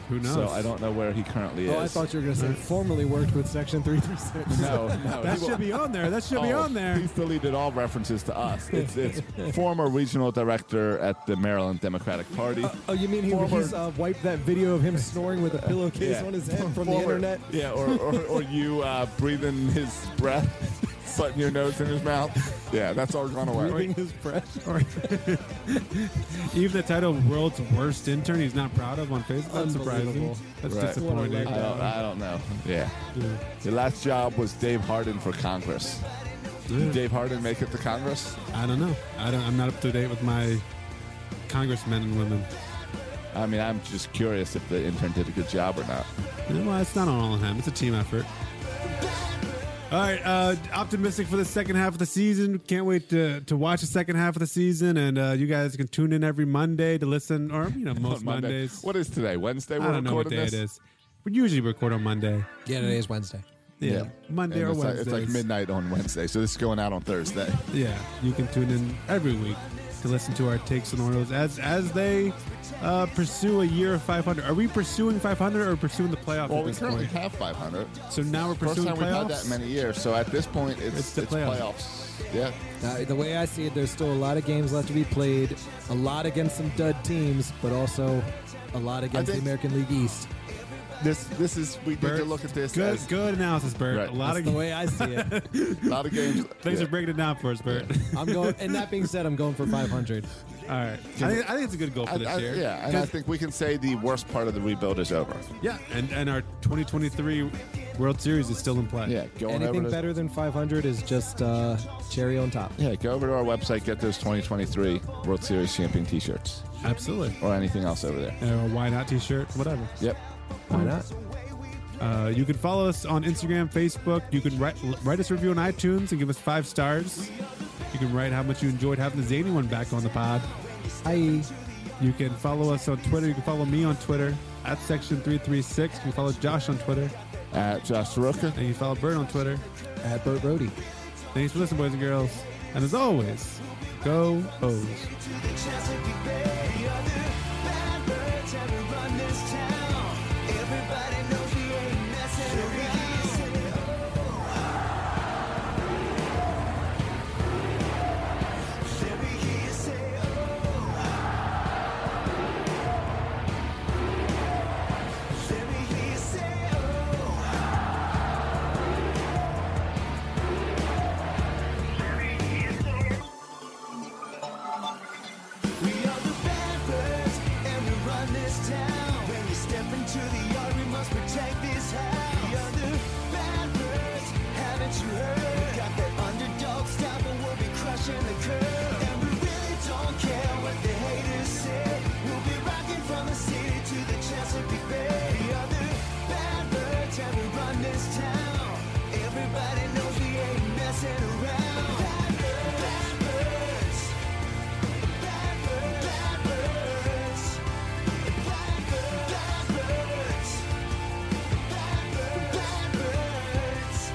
S3: who knows?
S4: so I don't know where he currently
S7: Oh, I
S4: is.
S7: thought you were going to say formerly worked with Section 336.
S3: <laughs>
S4: <laughs> no, no,
S3: That
S4: he wa-
S3: should be on there. That should be
S4: Oh,
S3: on there.
S4: He's deleted all references to us.
S3: <laughs>
S4: It's, it's former regional director at the Maryland Democratic Party.
S3: <laughs>
S7: Oh, you mean he,
S4: Former-
S7: he's uh, wiped that video of him snoring
S5: <laughs>
S7: with a pillowcase on his head from the
S4: Former-
S7: internet?
S4: Yeah, or, or, or you uh, breathing his breath, <laughs> putting your nose in his mouth. Yeah, that's all gone away.
S7: Breathing his breath.
S3: Even the title "World's Worst Intern" he's not proud of on Facebook. That's surprising.
S7: Unbelievable.
S3: That's
S4: Right.
S3: disappointing.
S4: I don't, I don't know. Yeah.
S3: Yeah.
S4: Your last job was Dave Hardin for Congress. Did Dave Hardin make it to Congress?
S3: I don't know. I don't. I'm not up to date with my congressmen and women.
S4: I mean, I'm just curious if the intern did a good job or not.
S3: Yeah, Well, it's not all on him. It's a team effort. All right, uh, optimistic for the second half of the season. Can't wait to, to watch the second half of the season, and uh, you guys can tune in every Monday to listen, or
S4: <laughs>
S3: you know, most
S4: On Monday.
S3: Mondays.
S4: What is today? Wednesday? We're
S3: I don't know what
S4: recording
S3: day
S4: this?
S3: it is. We usually record on Monday.
S5: <laughs> Yeah, today is Wednesday.
S3: Yeah, Monday
S4: And
S3: or
S4: it's like,
S3: Wednesday.
S4: it's like midnight on Wednesday, so this is going out on Thursday.
S3: Yeah, you can tune in every week to listen to our takes on Orioles as as they uh, pursue a year of 500. Are we pursuing 500 or pursuing the playoffs
S4: Well,
S3: at
S4: we
S3: this
S4: currently
S3: point?
S4: have 500.
S3: So now we're
S4: First
S3: pursuing
S4: time we've had
S3: playoffs.
S4: that in many years. So at this point, it's,
S3: It's
S4: it's,
S3: the playoffs.
S4: playoffs. Yeah.
S5: Now, the way I see it, there's still a lot of games left to be played, a lot against some dud teams, but also a lot against the
S4: think-
S5: American League East.
S4: This this is we need to
S3: Bert,
S4: look at this.
S3: Good,
S4: as
S3: good analysis, Bert.
S4: Right.
S3: A lot
S5: That's
S3: of
S5: the way I see it.
S7: <laughs>
S4: A lot of <laughs> games.
S3: thanks
S4: yeah.
S3: for breaking it down for us, Bert.
S5: I'm going, and that being said, I'm going for 500.
S3: <laughs> All right, I think, I think it's a good goal for
S4: I,
S3: this
S4: I,
S3: year.
S4: yeah, and I
S3: 'Cause-
S4: think we can say the worst part of the rebuild is over.
S3: yeah, and and our 2023 World Series is still in play.
S4: Yeah, going over
S5: Anything
S4: to,
S5: better than 500 is just uh, cherry on top.
S4: Yeah, go over to our website, get those 2023 World Series champion T-shirts
S3: absolutely.
S4: or anything else over there.
S3: Or a why not T-shirt, whatever.
S4: Yep.
S5: Why not?
S3: Uh, you can follow us on Instagram, Facebook. You can write, l- write us a review on iTunes and give us five stars. You can write how much you enjoyed having the Zany one back on the pod.
S5: I
S3: You can follow us on Twitter. You can follow me on Twitter at Section Three Three Six. You can follow Josh on Twitter,
S4: At Josh Soroka.
S3: and you can follow Bert on Twitter.
S5: at Burt Rohde.
S3: Thanks for listening, boys and girls. And as always, go O's.
S2: We are the bad birds, and we run this town. When you step into the yard, we must protect this house. We are the bad birds, haven't you heard? We got that underdog style, but we'll be crushing the curve. And we really don't care what the haters say. We'll be rocking from the city to the Chesapeake Bay. We are the bad birds, and we run this town. Everybody knows we ain't messing around. Bad birds, bad birds. Blackbirds, blackbirds, blackbirds, blackbirds, blackbirds.